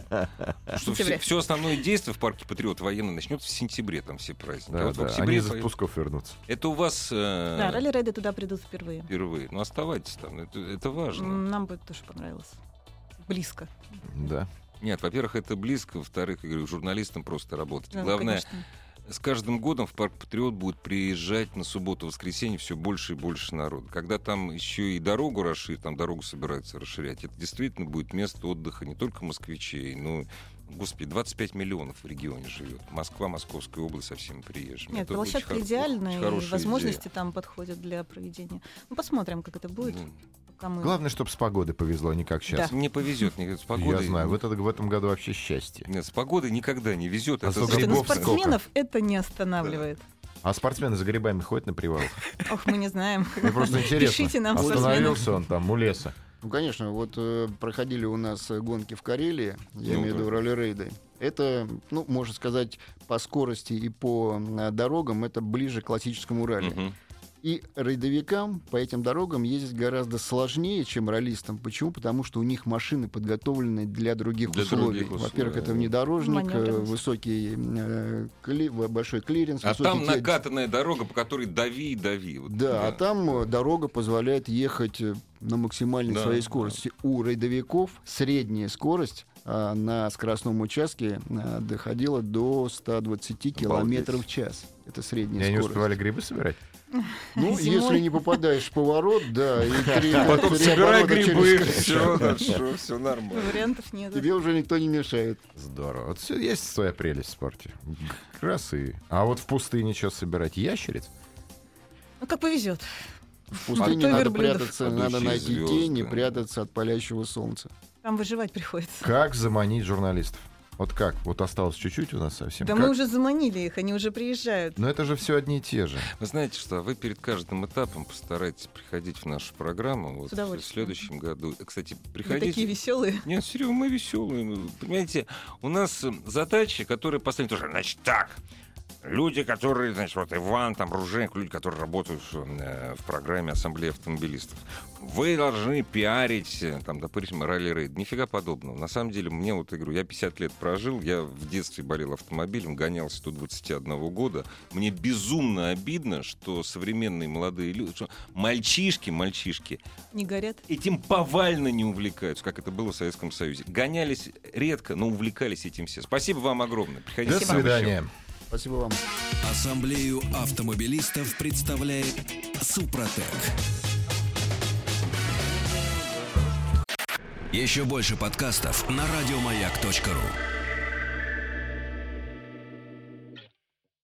Speaker 2: (laughs)
Speaker 1: как- Что все,
Speaker 3: Сентябре.
Speaker 1: все основное действие в парке Патриот военное начнется в сентябре, там все праздники.
Speaker 2: Да,
Speaker 1: а вот в
Speaker 2: да,
Speaker 1: октябре...
Speaker 2: Они из
Speaker 1: поэт-
Speaker 2: отпусков вернутся.
Speaker 1: Это у вас э,
Speaker 3: Да, ралли-рейды туда придут впервые.
Speaker 1: впервые. Ну, оставайтесь там, это, это важно.
Speaker 3: М, Нам бы тоже понравилось. Близко.
Speaker 2: Да.
Speaker 1: Нет, во-первых, это близко, во-вторых, я говорю, журналистам просто работать.
Speaker 3: Да, ну,
Speaker 1: Главное,
Speaker 3: конечно.
Speaker 1: С каждым годом в парк Патриот будет приезжать на субботу-воскресенье все больше и больше народу. Когда там еще и дорогу расширят, там дорогу собираются расширять, это действительно будет место отдыха не только москвичей, но, господи, 25 миллионов в регионе живет. Москва, Московская область со всеми приезжими.
Speaker 3: Нет,
Speaker 1: Это очень
Speaker 3: площадка
Speaker 1: хоро-
Speaker 3: идеальная,
Speaker 1: очень
Speaker 3: и
Speaker 1: хорошая
Speaker 3: возможности там подходят для проведения. Ну, посмотрим, как это
Speaker 1: идея.
Speaker 3: будет.
Speaker 1: Ну,
Speaker 3: пока мы-
Speaker 2: Главное, чтобы с погодой повезло, не как сейчас.
Speaker 3: Да.
Speaker 1: Мне повезет, мне с
Speaker 2: Я
Speaker 1: погодой... ну.
Speaker 2: знаю, в, этот- в этом году вообще счастье.
Speaker 1: Нет, с погодой никогда не везет.
Speaker 2: А
Speaker 1: это
Speaker 2: сколько
Speaker 3: Слушайте,
Speaker 1: за-
Speaker 3: ну,
Speaker 2: грибов
Speaker 3: спортсменов это не останавливает.
Speaker 2: А спортсмены за грибами ходят на привал?
Speaker 3: (laughs) Ох, мы не знаем.
Speaker 2: Мне просто интересно,
Speaker 3: Пишите нам,
Speaker 2: остановился он там у леса.
Speaker 4: Ну, конечно, вот э, проходили у нас э, гонки в Карелии, я
Speaker 1: Ну,
Speaker 4: имею в виду
Speaker 1: да.
Speaker 4: ралли-рейды. Это, ну, можно сказать, по скорости и по э, дорогам это ближе к классическому ралли.
Speaker 1: Мгм.
Speaker 4: И рейдовикам по этим дорогам ездить гораздо сложнее, чем раллистам. Почему? Потому что у них машины подготовлены для других
Speaker 1: Для
Speaker 4: условий.
Speaker 1: других условий,
Speaker 4: Во-первых, это
Speaker 1: да.
Speaker 4: внедорожник, э,
Speaker 3: Маневренность.
Speaker 4: высокий э, кли- большой клиренс,
Speaker 1: А
Speaker 4: высокий
Speaker 1: там
Speaker 4: те-
Speaker 1: накатанная дорога, по которой дави и дави. Вот,
Speaker 4: да, а там э, дорога позволяет ехать э, на максимальной
Speaker 1: Да,
Speaker 4: своей
Speaker 1: да.
Speaker 4: скорости. У рейдовиков средняя скорость а, на скоростном участке а, доходила до 120 километров в час. Это
Speaker 2: И
Speaker 4: средняя
Speaker 2: они
Speaker 4: скорость.
Speaker 2: успевали грибы собирать?
Speaker 3: Зимой.
Speaker 4: Ну, если не попадаешь в поворот,
Speaker 1: (laughs)
Speaker 4: да, и три,
Speaker 1: А Потом
Speaker 4: три
Speaker 1: собирай
Speaker 4: оборота через
Speaker 1: грибы,
Speaker 4: крышу, (laughs)
Speaker 1: все, все нормально.
Speaker 3: Вариантов нет.
Speaker 4: Тебе уже никто не мешает.
Speaker 2: Здорово. Вот все есть своя прелесть в спорте. Красы. А вот в пустыне что собирать? Ящериц?
Speaker 3: Ну, как повезет.
Speaker 4: В
Speaker 3: А
Speaker 4: пустыне
Speaker 3: кто
Speaker 4: надо
Speaker 3: верблюдов?
Speaker 4: прятаться,
Speaker 1: Падающие
Speaker 4: надо найти
Speaker 1: звезды.
Speaker 4: тень и прятаться от палящего солнца.
Speaker 3: Там выживать приходится.
Speaker 2: Как заманить журналистов? Вот как? Вот осталось чуть-чуть у нас совсем.
Speaker 3: Да
Speaker 2: Как?
Speaker 3: мы уже заманили их, они уже приезжают.
Speaker 2: Но это же все одни и те же.
Speaker 1: Вы знаете что, а вы перед каждым этапом постарайтесь приходить в нашу программу вот,
Speaker 3: С
Speaker 1: в
Speaker 3: удовольствием.
Speaker 1: следующем году. Кстати,
Speaker 3: Вы такие
Speaker 1: приходите.
Speaker 3: веселые.
Speaker 1: Нет, серьезно, мы веселые. Понимаете, у нас э, задача, которая поставлена тоже. Значит, так. Люди, которые, значит, вот Иван, там, Руженко, люди, которые работают э, в программе Ассамблеи автомобилистов. Вы должны пиарить, э, там, допустим, ралли-рейд. Нифига подобного. На самом деле, мне вот, я говорю, я 50 лет прожил, я в детстве болел автомобилем, гонялся до 21 года. Мне безумно обидно, что современные молодые люди, что мальчишки, мальчишки,
Speaker 3: Не горят.
Speaker 1: этим повально не увлекаются, как это было в Советском Союзе. Гонялись редко, но увлекались этим все. Спасибо вам огромное. Приходите
Speaker 2: До
Speaker 1: к нам еще.
Speaker 2: свидания.
Speaker 4: Спасибо вам.
Speaker 5: Ассамблею автомобилистов представляет Супротек. Еще больше подкастов на радиомаяк.ру.